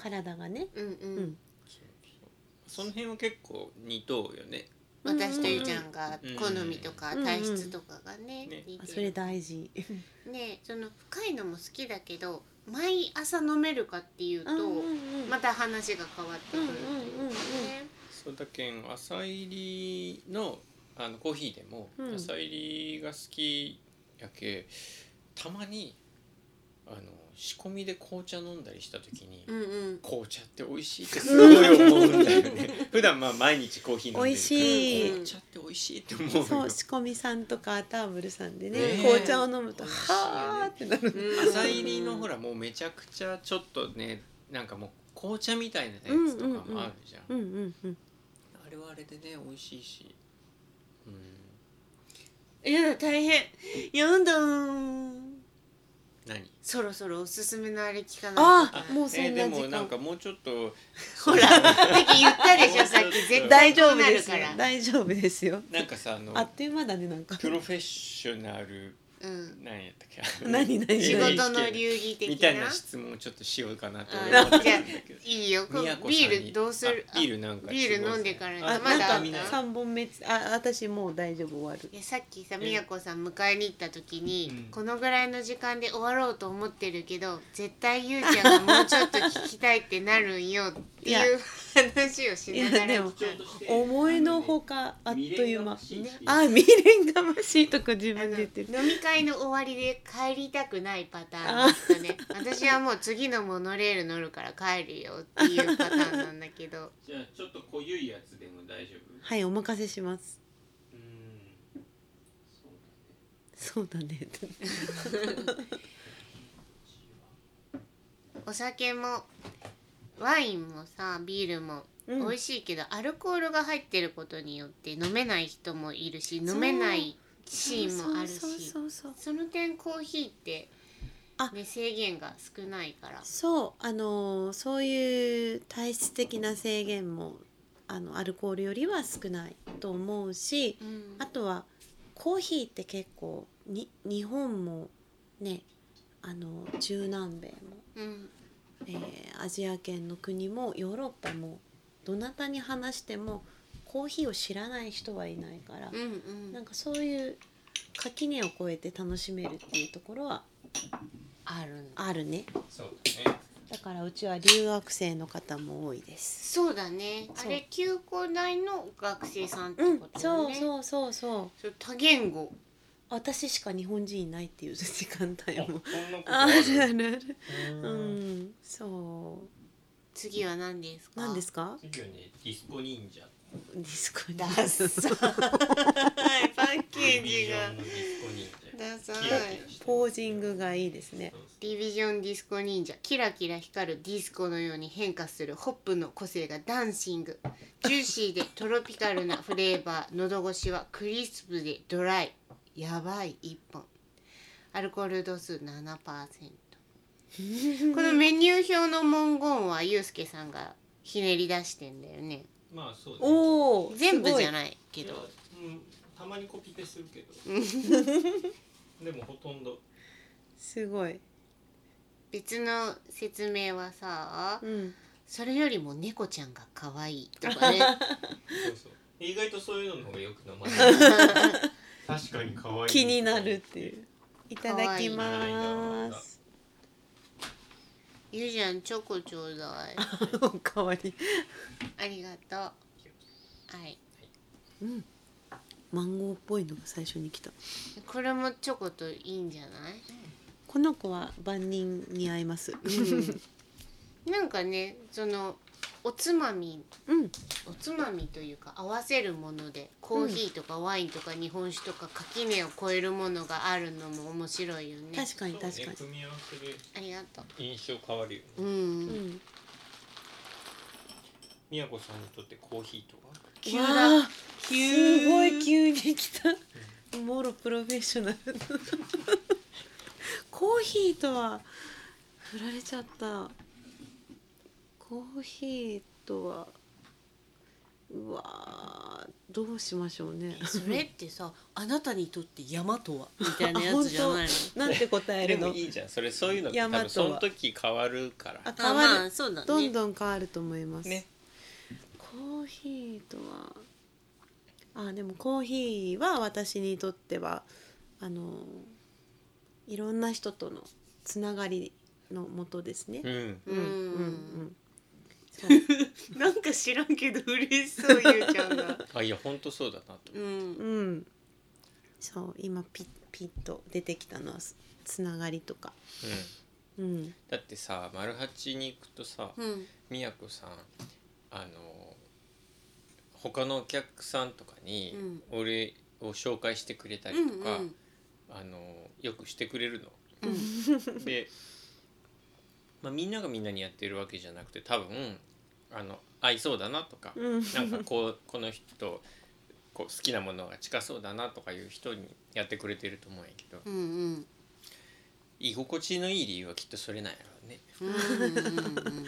体がね、
うん
う
うん、
ん、
そうそうその辺は結構似とうよね
私とゆうちゃんが
うん
好みとか
うん
体質とかがね,、
うんね
似
あ
て
それ
る
大事
ねその深いのも好きだけど毎朝飲めるかっていうと、
うん
また話が変わってくるっていうかね、
そうだけん朝入りのあのコーヒーでも、
うん
朝入りが好きやけたまにあの仕込みで紅茶飲んだりした時に、
うんうん
紅茶って美味しいってすごい思うんだよね (laughs) 普段まあ毎日コーヒー飲んでる
美味し
い
紅茶って美味しいって思うよ
そう仕込みさんとかターブルさんでね
ね
紅茶を飲むと
美味しいよね
はあってなる
うん
朝入りのほらもうめちゃくちゃちょっとねなんかもう紅茶みたいなやつとかもあるじゃん,、
うんうんうん
あれはあれでね美味しいし、うん、
いや大変やんだん
何
そろそろおすすめのあれ聞かないと
あもうそ
え
ん
ーで
な
も
時
なん
間
かもうちょっと
ほらさっき言ったでしょさっき絶対
大
こ
丈
う
夫
な
で
る
す
か
よ
ら
大丈夫ですよ
なんかさあの
あっという間だねなんか
プロフェッショナル
うん
なんやったっけ
何何
仕事の
由
流儀的な
みたいな質問をちょっとしようかなと思
あ
ってたんだけど
いいよこう
宮古
ビ
さんに
ールどうする
あビールなんか
ビール飲んでから
すごい
あ
あ
まだ
な
あ
ん
っ
か
た
三本目つあ私もう大丈夫終わる
いやさっきさ
え
みやこさん迎えに行った時に、
うん
このぐらいの時間で終わろうと思ってるけど絶対ゆうちゃんがもうちょっと聞きたいってなるんよって
いや
いう話をしながら
いやでも
聞いた
思いのほかあっという間あ
あ
未練がましいとか自
あ
分
の
で言ってる
飲み会の終わりで帰りたくないパターンですかね私はもう次のモノレール乗るから帰るよっていうパターンなんだけど
じゃあちょっと濃ゆいやつでも大丈夫
はいお任せします
うんそうだね
そうだね
お酒もワインもさビールも美
うん
味しいけど、アルコールが入ってることによって飲めない人もいるし飲めないシーンもあるしそ
そうそうそうそう
の点コーヒーって
あ、
ね、制限が少ないから
そうあのーそういう体質的な制限もあのアルコールよりは少ないと思うし
うん
あとはコーヒーって結構に日本もねあの中南米も
うん
えーアジア圏の国もヨーロッパもどなたに話してもコーヒーを知らない人はいないから
う、んう
なんんかそういう垣根を越えて楽しめるっていうところは
あるんだ
あるね
そうだね
だからうちは留学生の方も多いです
そうだねあ
そう
れ休校内の学生さんって
うん
ことだね、
そうそうそうそ
そ
う
う多言語
私しか日本人いないっていう時間帯
あそんな
も
こと
あ
あ
るあ
る
る
う
あるうんんそう
次は何ですか
何ですか
次はねディスコ忍者
ディスコ
ダサいパッケ
ディ
ー
ビ
ジ
ジ
が
ョンのディスコ忍者
ダサ
キ
い
ラキラしてる
ポージングがいいですね
ディビジョンディスコ忍者キラキラ光るディスコのように変化するホップの個性がダンシングジューシーでトロピカルなフレーバー喉越しはクリスプでドライやばい一本アルコール度数7%このメニュー表の文言はユうスケさんがひねり出してんだよね
まあそうだね
おお
全部じゃ
い
ないけど
いやうん、たまにコピペするけど (laughs) でもほとんど
すごい
別の説明はさ
うん
それよりも猫ちゃんが可愛いとかね
そうそう意外とそういうのの方がよく飲まない (laughs) 確かに可愛い
気になるっていういただきます
ゆうじゃんチョコちょうだい
おかわり
ありがとう。はい。
うんマンゴーっぽいのが最初に来た
これもチョコといいんじゃない？
この子は万人に合います
(laughs) なんかね、そのおつまみ、
うん
おつまみというか合わせるもので、コーヒーとかワインとか日本酒とか垣根を超えるものがあるのも面白いよね。
確かに確
そう
か
ね組み合わせで
ありがと
印象変わるよね
う。う。
にうんん
みやこさんにとってコーヒーとは
急だ
わあ
急
すごい急に来たもろプロフェッショナルコーヒーとは振られちゃったコーヒーとはうわーどうしましょうね
それってさあなたにとって山とはみたいなやつじゃないの
なんて答え
で
る
も
の
いいじゃんそれそういうのって多
大和は
分その時変わるから
あ
あ
変わる、
まあそうだね
どんどん変わると思います、
ね
コーヒーとはあでもコーヒーは私にとってはあのいろんな人とのつながりのもとですね
う。ん
うんうんうん
なんか知らんけど嬉しそうゆうちゃん (laughs) が。
あいや本当そうだなと
うん
(laughs) うん、そう今ピッピッと出てきたのはつつながりとか、
うん
うん、
だってさ丸八に行くとさ
うん
みやこさんあの他のお客さんとかに俺を紹介してくれたりとか、
うん
あのよくしてくれるの。
うんうん
で、まあ、みんながみんなにやってるわけじゃなくて多分あの合いそうだなとか、
うん
なんかこうこの人こう好きなものが近そうだなとかいう人にやってくれてると思うんやけど、
うんうん
居心地のいい理由はきっとそれなんやろうね。
うん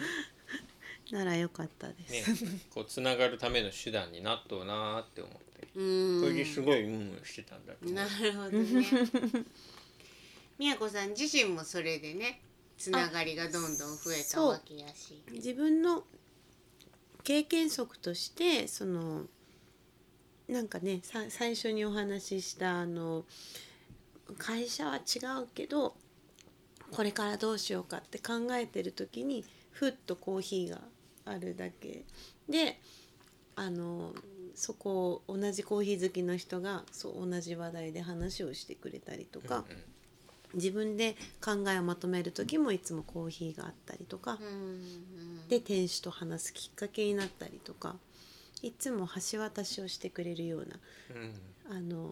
ならよかったで
(laughs)
す。
ねこうつながるための手段になっとうなーって思って。
うん
これですごいうんうんしてたんだけど、
なるほど
ね
ね。
みやこさん自身もそれでねつながりがどんどん増えたわけやし。
自分の経験則としてそのなんかねさ最初にお話ししたあの会社は違うけどこれからどうしようかって考えてる時にふっとコーヒーがあるだけであのそこを同じコーヒー好きの人がそう同じ話題で話をしてくれたりと
うんう
か
ん、
自分で考えをまとめる時もいつもコーヒーがあったりとか
うんうん
で店主と話すきっかけになったりとかいつも橋渡しをしてくれるような、
うん
あのー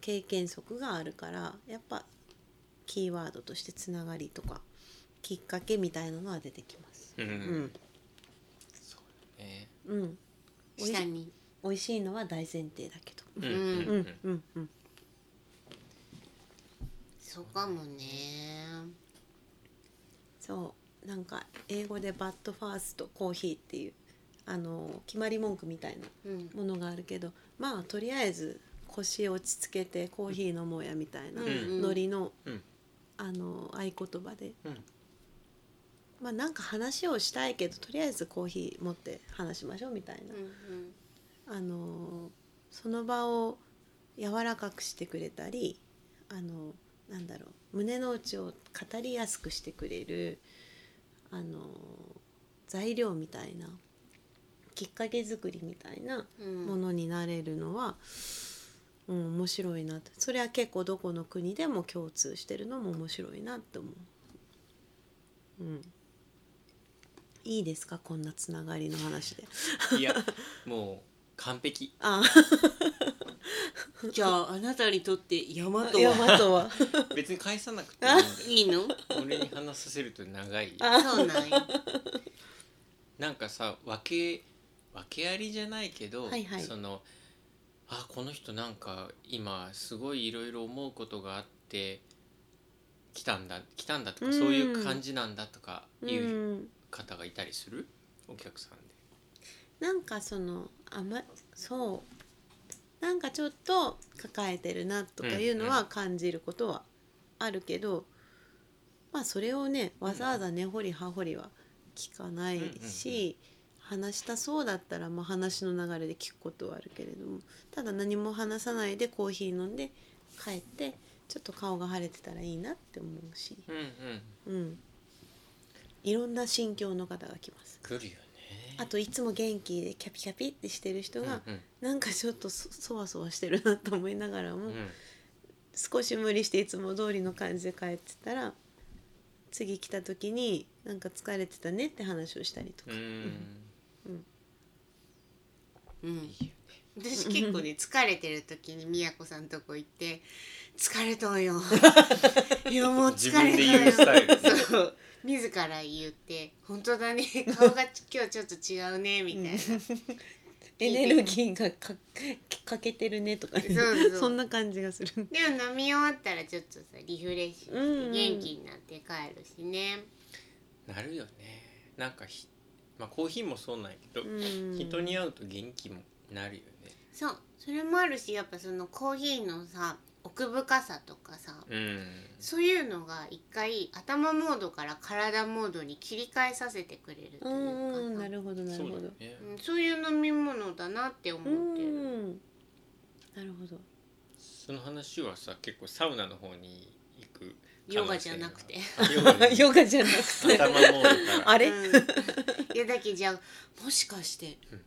経験則があるからやっぱキーワードとしてつながりとかきっかけみたいなのは出てきます。
うんう
うんん、
そうだね
うん、おい
下に。
美味しいのは大前提だけ
うん
ど。
うん
う
うんん
うんうん
そうかもね。
そうなんか英語で「バッドファーストコーヒー」っていうあのー決まり文句みたいな
うん
ものがあるけどまあとりあえず腰落ち着けてコーヒー飲もうやみたいな
うん
ノリの、
うん
あの合言葉で、
うん
まあなんか話をしたいけどとりあえずコーヒー持って話しましょうみたいな、
うん
あのその場を柔らかくしてくれたりあのなんだろう胸の内を語りやすくしてくれるあの材料みたいなきっかけ作りみたいな
うん
ものになれるのは、うん、面白いなってそれは結構どこの国でも共通してるのも面白いなって思う、うん、いいですかこんなつながりの話で
いやもう完璧
あ
じゃああなたにとって山
あ
と
ヤ
は
マトは
別に返さなくていいんだよ
いいの？
俺に話させると長い
そうなんや。
なんかさ分け分けありじゃないけど、
はいはい
そのあこの人なんか今すごいいろいろ思うことがあって来たんだ来たんだと
う
か
ん
そういう感じなんだとか
う
いうん方がいたりするお客さんで。
なんかそのあまそうなんかちょっと抱えてるなとかいう
う
の
ん
は感じることはあるけど、まあそれをねわざわざ根掘り葉掘りは聞かないし、話したそうだったらまあ話の流れで聞くことはあるけれどもただ何も話さないでコーヒー飲んで帰ってちょっと顔が腫れてたらいいなって思うし、
うんうん、
うん、いろんな心境の方が来ます。
来るよね。
あといつも元気でキャピキャピってしてる人が、
うん
なんかちょっとそそわそわしてるなと思いながらも、
うんうん
少し無理していつも通りの感じで帰ってたら次来た時になんか疲れてたねって話をしたりとか、
うん
うん。
私結構ね疲れてる時にみやこさんとこ行って「疲れたよ」「いやもう
自
疲れ
分で
た
言うスタイ
よ
ル」ね
そう自ら言って「本当だね顔が今日ちょっと違うね」みたいなそ
(laughs) エネルギーがか欠けてるねとか、ね、
うそ
(laughs) そん
う
な感じがする。
でも飲み終わったらちょっとさリフレッシュして元気になって帰るしね
なるよねなんかひ、まあ、コーヒーもそうなんやけど、
うん
人に会うと元気もなるよね
そうそれもあるしやっぱそのコーヒーのさ奥深さとかさ
うん
そういうのが一回頭モードから体モードに切り替えさせてくれると
う
い
んう
うんか
なるほどなる
そう
ほ
だ
ど
よね
うんそういう飲み物だなって思
う
ってる。
んなるほど
その話はさ結構サウナの方に行く
ヨガじゃなくて
可能性があヨ
ヨガじゃなくて
ガ頭も
あ
あ
(laughs) れ、
うんいやだけどじゃあ
もしかして
うん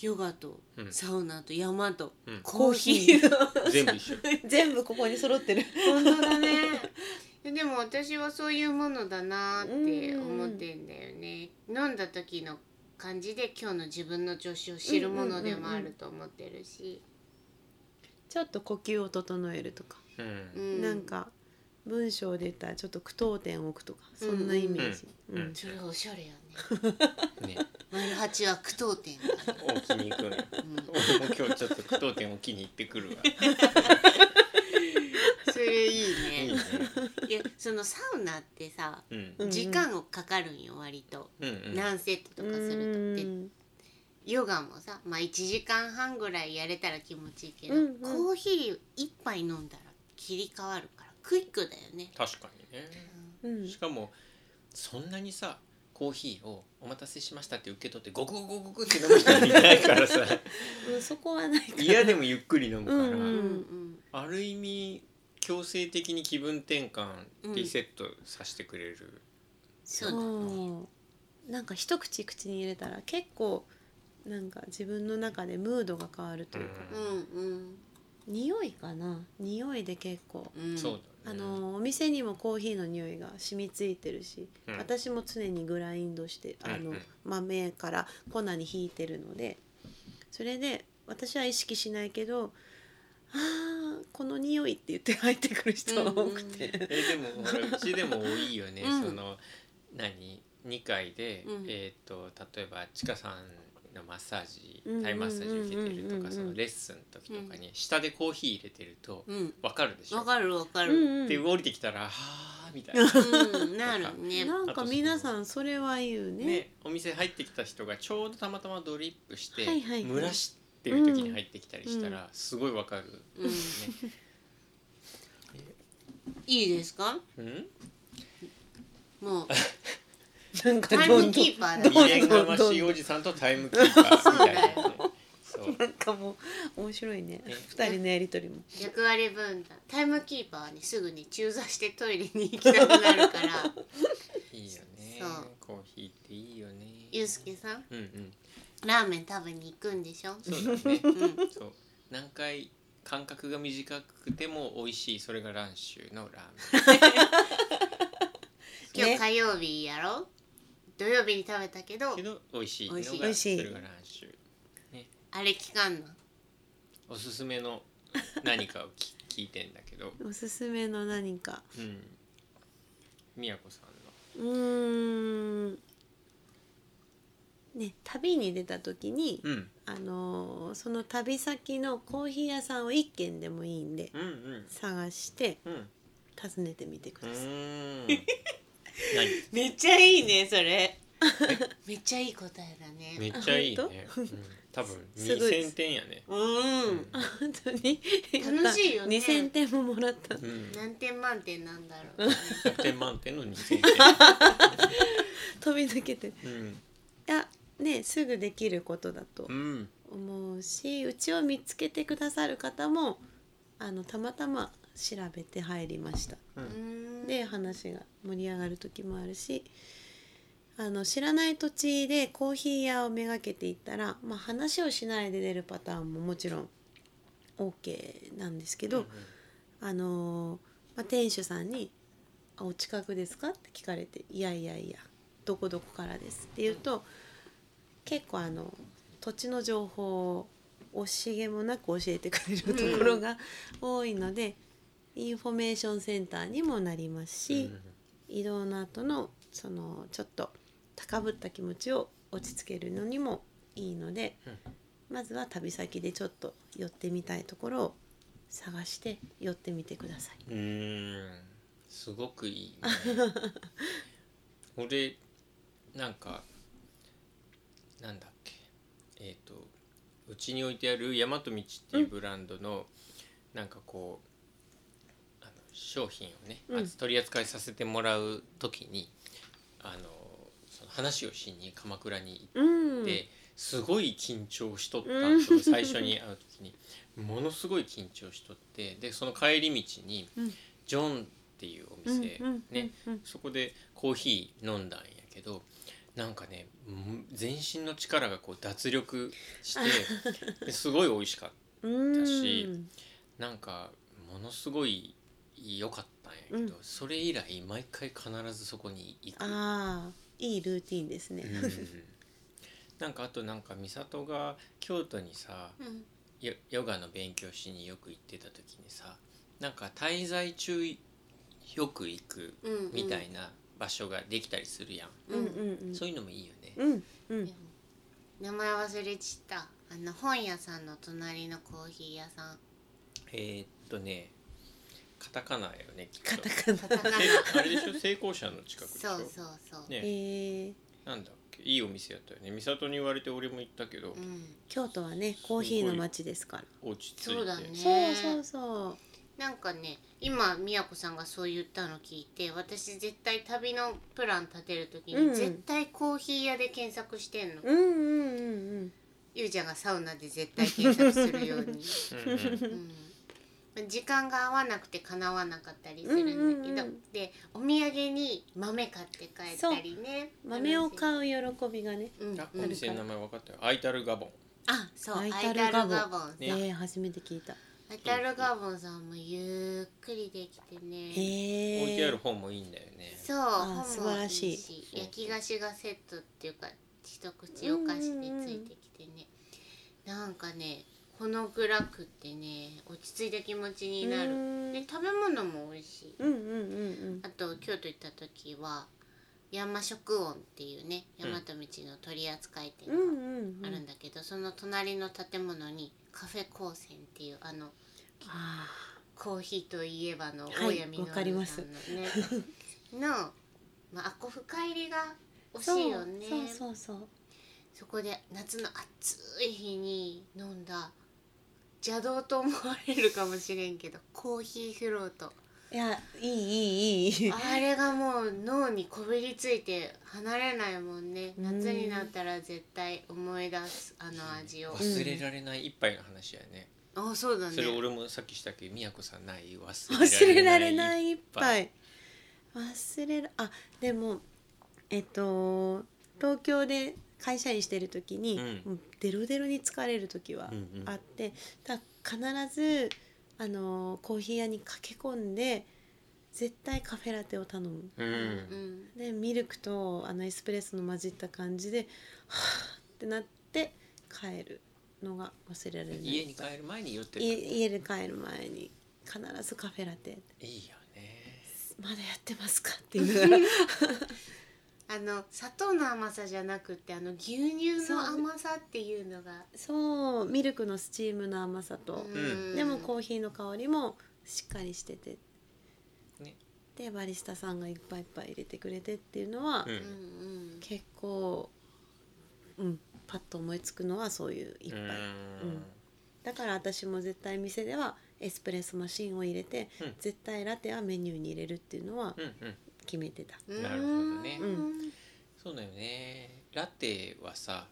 ヨガと
うん
サウナと山と
うん
コーヒーの
全部一緒
(laughs) 全部ここに揃ってる
本当だねいやでも私はそういうものだなって思ってんだよね飲んだ時の感じで今日の自分の調子を知るものでもあると思ってるし、
ちょっと呼吸を整えるとか、
うん、
う
なんか文章で言ったらちょっと句読点を置くとかそんなイメージ、
うんうん
それがおしゃれよね
ね
丸八は句読点だね、
大きに行くのよ
う
(laughs)
ん
俺も今日ちょっと句読点を気に入ってくるわ
それいい
いい
ね
ね
いやそのサウナってさ
うん
うん
時間をかかるんよ割と、
うんうん
何セットとかするとってヨガもさまあ1時間半ぐらいやれたら気持ちいいけど、
うんうん
コーヒー一杯飲んだら切り替わるからクイックだよね。
確かにね
うんうん
しかもそんなにさコーヒーを「お待たせしました」って受け取ってゴクゴクゴクって飲む人いないからさ
うんそこはないか
(laughs)
ら
嫌でもゆっくり飲むから、
うん
うん
ん
ある意味強制的に気分転換
うん
リセットさせてくれる、
(laughs)
そうだ、
うんなんか一口口に入れたら結構なんか自分の中でムードが変わるというか、
うんうん
匂いかな匂いで結構
うん、
そうだ
あ
ね
のお店にもコーヒーの匂いが染みついてるし、
うん
私も常にグラインドしてあ
う
の、
んうん
豆から粉にひいてるのでそれで私は意識しないけど「あーこの匂い」って言って入ってくる人が多くて、
えでもほらうちでも多いよね、
うん
その何2回で、
うん
えっ、と例えばちかさんのマッサージ
うん
タイマッサージ受けてる
うん
と
うんう
か
ん
そのレッスンの時とかに下でコーヒー入れてると
うん
わかるでしょ、
わかるわか
うん
る、
うん
で降りてきたら「はあ」みたいな。
うん、なるね
なんか皆さんそれは言うね
ね、お店入ってきた人がちょうどたまたまドリップして、
はいはい
蒸らしてる時に入ってきたりしたら、すごいわかる、ね
うんいいですか
うん、
も
(laughs)
う
なんか
タイ
ど
ム
(laughs) んどん
キーパーだ
未
ね
練がま (laughs) しいおじさんとタイムキーパーみたいな、ね、そう
なんかもう面白いね
ね
二人のやりとりも。
役割分担タイムキーパーはねすぐに中座してトイレに行きたくなるから
(laughs)
いいよね
そう
コーヒーっていいよね
ゆうすけさん
うんうん
ラーメン食べに行くんでしょ
そう
(laughs)
だね
うん
そう何回間隔が短くても美味しいそれがランシュのラーメン
今日
ね
火曜日やろ土曜日に食べたけど
けど美味しいのが
美
そ
味しい
れがランシュ
あれ聞かんな
おすすめの何かをき聞いてんだけど
おすすめの何か
うんみやこさんの
うーんね旅に出た時に、
うん
あのーその旅先のコーヒー屋さんを一軒でもいいんで
うんうん
探して
うん
訪ねてみてく
う
ださい。
ーん何
めっちゃいいねそれ
(laughs) めっちゃいい答えだね
めっちゃいい
あ
ね、うん、多分
すごい
2000点やね
うん
本当に
楽しいよね
やった2000点ももらった。
うん
何点満点なんだろうね
100点満点の2000 (laughs)
飛び抜けて。い
点うん
やねすぐできることだと
うん
思うし、うちを見つけてくださる方もあのたまたま調べて入りました。
う
う
ーん
で話が盛り上がる時もあるしあの知らない土地でコーヒー屋をめがけていったら、まあ、話をしないで出るパターンももちろん OK なんですけど、あのーまあ、店主さんに「あお近くですか?」って聞かれて「いやいやいやどこどこからです」って言うと結構あの土地の情報を惜しげもなく教えてくれるところが多いので、インフォメーションセンターにもなります
う
し、移動の後のそのちょっと高ぶった気持ちを落ち着けるのにもいいので、まずは旅先でちょっと寄ってみたいところを探して寄ってみてください。 (laughs)
んうんすごくいいね俺なんかなんだっけえっ、とうちに置いてある「大和道」っていうブランドの、なんかこうあの商品をね、
うん
あ取り扱いさせてもらう時にあのその話をしに鎌倉に行って。
うん
ですごい緊張しとった
うん
んですよ最初に会う時
(laughs)
にものすごい緊張しとってでその帰り道に、
うん
ジョンっていうお
うん
店、
うん
ね
うん
そこでコーヒー飲んだんやけどなんかねむ全身の力がこう脱力
(laughs)
してですごい美味しかっ
うん
だしたなんかものすごい良かったんやけど、それ以来毎回必ずそこに行く。
ああいいルーティンですね、
うんなんかあとなんか美里が京都にさ
うん
ヨヨガの勉強しによく行ってた時にさなんか滞在中よく行く
うんうん
みたいな場所ができたりするやん、
う
うん
ん
うんうん
そういうのもいいよね、
うんうん
名前忘れちったあの本屋さんの隣のコーヒー屋さん
えー、っとねカタカナよねきっと
カタカナ
カタカナ
あれでしょ成功者の近くでし
そ
ょ
うそうそう、
ね、
えー、
なんだっけいいお店やったよね美里に言われて俺も行ったけ
う
ど、
ん
京都はねコーヒーの街ですから
落ち着いて
そうだね
そうそうそう
なんかね今みやこさんがそう言ったの聞いて私絶対旅のプラン立てる時に、
うん
絶対コーヒー屋で検索してんの、
うんうんうん
ゆうちゃんがサウナで絶対検索するよう
(laughs)
に、
うんうん
うん、時間が合わなくてかなわなかったりするんだけど、
うんうんうん
でお土産に豆買って帰ったりね
うん豆を
う、
買う喜びがね
うん
あお店の名前分かったよアイタルガボン
あそうア
ア
イ
イ
タ
タ
ル
ル
ガ
ガ
ボ
ボ
ン
ン
さん
ね
えー、初めて聞いた
アイタルガボンさんもゆっくりできて
え
ね
ー、
置いてある本もいいんだよね
そう本も
素晴らしい
焼き菓子がセットっていうか一口お菓子でついてきてねなんかねこのグラクってね落ち着いた気持ちにな
う
る
ん
で食べ物も美味しい
うんうんうん
あと京都行った時は山食音っていうね
う
大
ん
和道の取り扱い店
うんうん
が
うん
あるん
ん
だけど、その隣の建物にカフェ高専っていうあの
あ
コーヒーといえばの
はい
大闇の
わかります
ねの、まあ、アコフ帰りが惜
ー
しいよ
そう
ね
そうそうそう
そこで夏の暑い日に飲んだ邪道と思われるかもしれん
(laughs)
けどコーヒーフロート
いやいいいいいい
あれがもう脳にこびりついて離れないもんね
うん
夏になったら絶対思い出すあの味を、
忘れられない一杯の話やね、
あそうだね
それ俺もさっきしたけど美和子さんない
忘
忘
れ
れ
ら
ら
れ
れ
な
ない
い一
杯
杯忘れらあでもえっと東京で会社員してる時に、
う
もうデロデロに疲れる時は
うんうん
あって、だから必ずあのコーヒー屋に駆け込んで絶対カフェラテを頼む
うん、
うん
でミルクとあのエスプレッソの混じった感じではぁってなって帰るのが忘れられない
家に帰る前に言ってる
家家で帰る前に必ずカフェラテ
いいよね
まだやってますかって言い
(laughs)
ながら
あの砂糖の甘さじゃなくてあの牛乳
そう
の甘さっていうのが
そうミルクのスチームの甘さと、
ん
でもコーヒーの香りもしっかりしてて、
ね
でバリスタさんがいっぱいいっぱい入れてくれてっていうのは、
う
うん
ん
うん
結構、うん、パッと思いつくのはそういう一
う
杯、
ん
うんだから私も絶対店ではエスプレッソマシンを入れて、
うん
絶対ラテはメニューに入れるっていうのは
うんうん
決めてた。
うん
なるほどね
うん
そうだよねラテはさ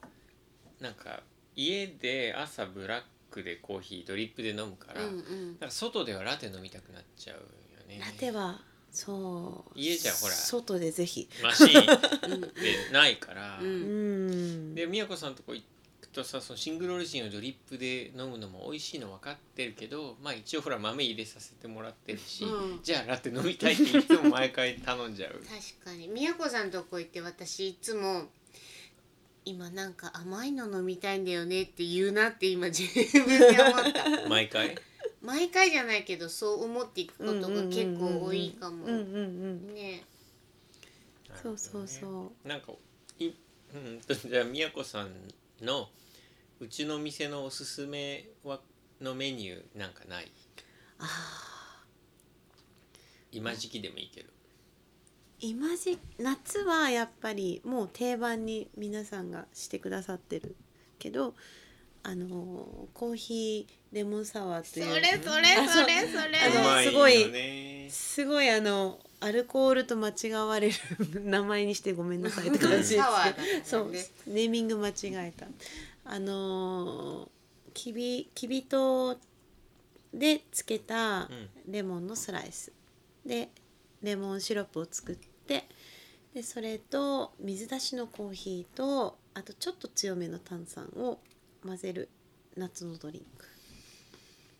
なんか家で朝ブラックでコーヒードリップで飲むから、
うん
なん
うん
か外ではラテ飲みたくなっちゃうよね
ラテはそう
家じゃほら
外でぜひ
マシーン
うん
でないから、
うん
うん
で美和子さんとこ行くとさそのシングルオリジンをドリップで飲むのも美味しいの分かってるけどまあ一応ほら豆入れさせてもらってるし、
うん
じゃあラテ飲みたいっていつも毎回頼んじゃ
(laughs)
う
確かに宮子さんとこ行って私いつも今なんか甘いの飲みたいんだよねって言うなって今自分で思った
(laughs)
毎回
毎回じゃないけどそう思っていくことが結構多いかも、
うんうんうん
ね
そうそうそ
なんかい (laughs) うんとじゃあ美和子さんのうちの店のおすすめはのメニューなんかない
あ
今時期でもいいけど
今時夏はやっぱりもう定番に皆さんがしてくださってるけどあのコーヒーレモンサワーと
そ
い
れ
う
それそ
あそう
れそれ
あの
うま
すごい
よね
すごいあのアルコールと間違われる名前にしてごめんなさいって感
(laughs)
じですけど
サワーだからね
そうネーミング間違えたあのーきびきび糖で漬けたレモンのスライス、でレモンシロップを作ってでそれと水出しのコーヒーとあとちょっと強めの炭酸を混ぜる夏のドリンク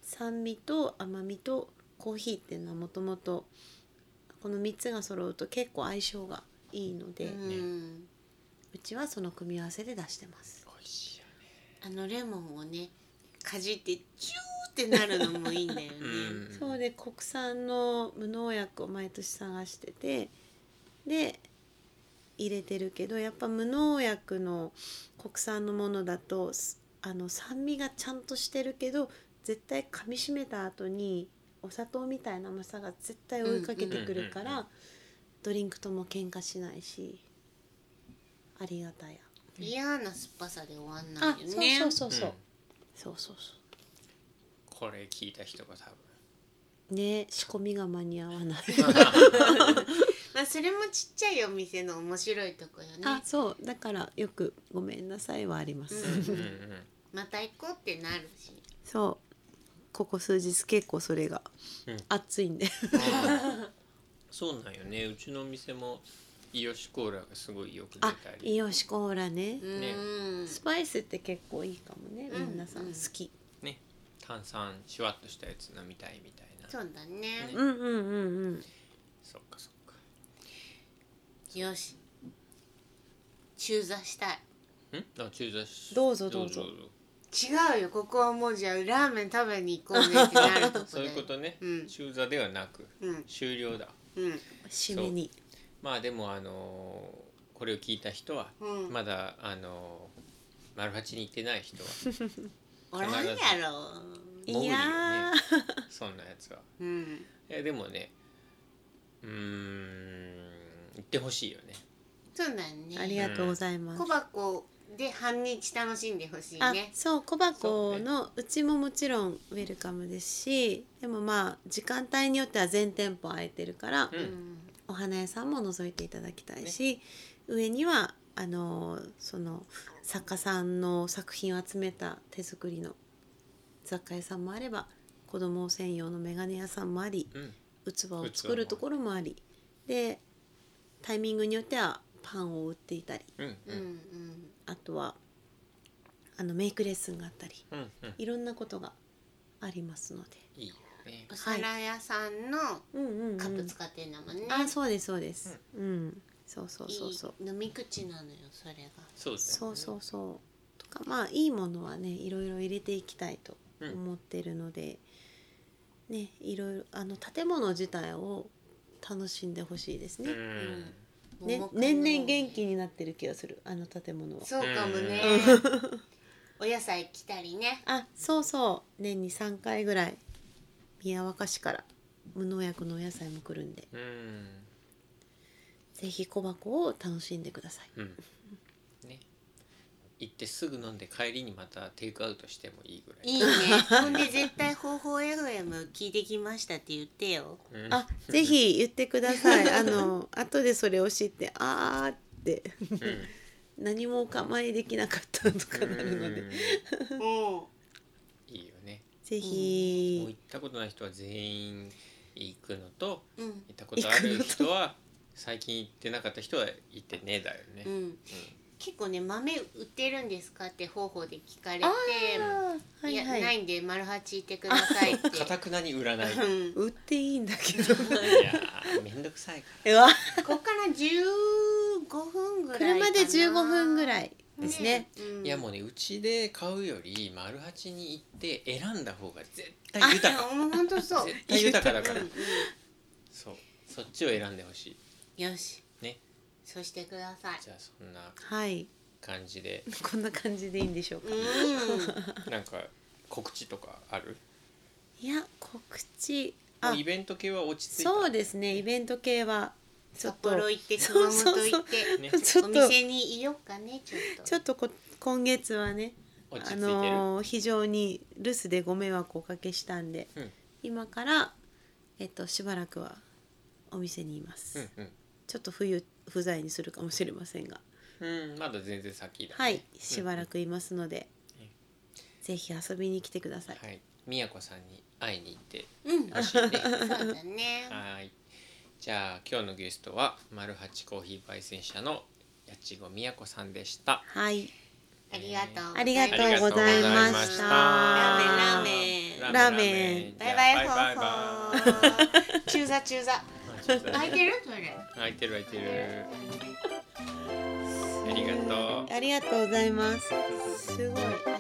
酸味と甘みとコーヒーっていうのはもともとこの3つが揃うと結構相性がいいので、う
うん
ちはその組み合わせで出してます
美味しいよ
あのレモンをねかじってチューってなるのもいいんだよね
ね、うん
そうで国産の無農薬を毎年探しててで入れてるけどやっぱ無農薬の国産のものだとすあの酸味がちゃんとしてるけど絶対噛みしめた後にお砂糖みたいな甘さが絶対追いかけてくるか
うんうんうんうんう
らドリンクとも喧嘩しないしありがたや。
嫌な酸っぱさで終わんない
あ
よ
そう
ね
そうそうそう
うん
そうそうそ
これ聞いた人が多分
うね仕込みが間に合わない。
まあそれもちっちゃいお店の面白いとこよ
あ
ね
そうだからよく「ごめんなさい」はあります、 (laughs)
うん
うんうん
また行こうってなるし
そうここ数日結構それが
うん
暑いんで
(laughs) そうなんよねうちのお店もイヨシコーラがすごいよく出
あ
たり
イオシコーラね
う、ん
スパイスって結構いいかもね
うん
皆さん
うん
好き、
ね炭酸シュワッとしたやつ飲みたいみたいな
そうだね
うん、うんうんうん
そっかそっか
よし中座したい
んあ中座し
どうぞどうぞ
違うよここはもうじゃあラーメン食べに行こうねってなるとこだよ
(laughs) そういうことね、
うん
中座ではなく
うん
終了だ
うん
締めに
まあでもあのーこれを聞いた人は、
うん
まだあのー丸八に行ってない人は
(laughs)
おらんやろ
潜る
いや
そんなやつは
うん
いやでもねうーん行ってほしいよね
そうだ
ー
ね
ありがとうございます、
小箱で半日楽しんでほしい
あ
ね
そう小箱のうちももちろんウェルカムですしでもまあ時間帯によっては全店舗空いてるから、
う
うんん
お花屋さんも覗いていただきたいし、上にはあのその作家さんの作品を集めた手作りの雑貨屋さんもあれば子供専用の眼鏡屋さんもあり
うん
器を作るところもありでタイミングによってはパンを売っていたり
うん
う
うん
うんん
あとはあのメイクレッスンがあったり
うんうん
いろんなことがありますので。
いいよね
お皿屋さんの
うんうんうん
カップ使ってんだもんね
あそうですそうです。うん、そうそうそうそう。
いい飲み口なのよそれが
そうだよね
そうそうそうとかまあいいものはねいろいろ入れていきたいと
うん
思ってるので、ねいろいろあの建物自体を楽しんでほしいです
う
ね,、
ん
ね
桃かな
年々元気になってる気がするあの建物は
そうかもね (laughs) お野菜来たりね
あそうそう年に3回ぐらい宮若市から無農薬のお野菜も来るんで
うん
ぜひ小箱を楽しんでください
うんね行ってすぐ飲んで帰りにまたテイクアウトしてもいいぐらい
いい
(laughs)
ねほんで絶対「方法 FM 聞いてきました」って言ってよ
うん
あぜひ言ってくださいあの後でそれを知ってあーって
うん (laughs)
何もお構いできなかったとかなるので、
う
お
んいいよね
ぜ
もう
ひ
行、ったことない人は全員行くのと
うん
行ったことある人は最近行ってなかった人は行ってねだよね、
う
うん
ん結構ね豆売ってるんですかって方法で聞かれて
あーはい
いや
はい
ないんで丸八行ってくださ
(laughs)
いって
かたくなに売らない (laughs) いや
うん
売っていいんだけど
ーめんどくさいか
うわ
ここから15分ぐらいかな
(laughs) 車で15分ぐらいですね、
らいやもうねうちで買うより丸八に行って選んだ方が絶対豊か
もう本当そう
絶対豊かだから
うんうん
そうそっちを選んでほしい
よし
ね
そうしてください
じゃあそんな
はい
感じで
こんな感じでいいんでしょうか、
うん
なんか告知とかある
いや告知
も
あ
うイベント系は落ち着いた
そうですねイベント系はちょ
札
っと
幌行って熊本
そうそう
行
そ
っ
う
て
ね
ちょ
お
っと
店にいようかねちょっ
ち
と
ょっとこ今月はね
落ち
あ
着いてる、
のー非常に留守でご迷惑をおかけしたんで、
うん
今から、えっと、しばらくはお店にいます、
うん
ちょっと冬不在にするかもしれませんが、
うんうんまだ全然先だね、
はいしばらくいますので、
うん
ぜひ遊びに来てください、
はいみやこさんに会いに行って
うん
ほ
(laughs)
しいね
そうだね
はいじゃあ今日のゲストはマルハチコーヒー焙煎者の八千子みやこさんでした
はい、
ありがとう
ありがとうございました
ありがとうございました
ラーメンラーメン
ラーメン
じゃ
バ
あ
イバイ
バイ
ホ
バイ
ーホー (laughs) 中座中
(laughs)
座
空
開いてるトイレ
いてる開いてるありがとう
ありがとうございますすごい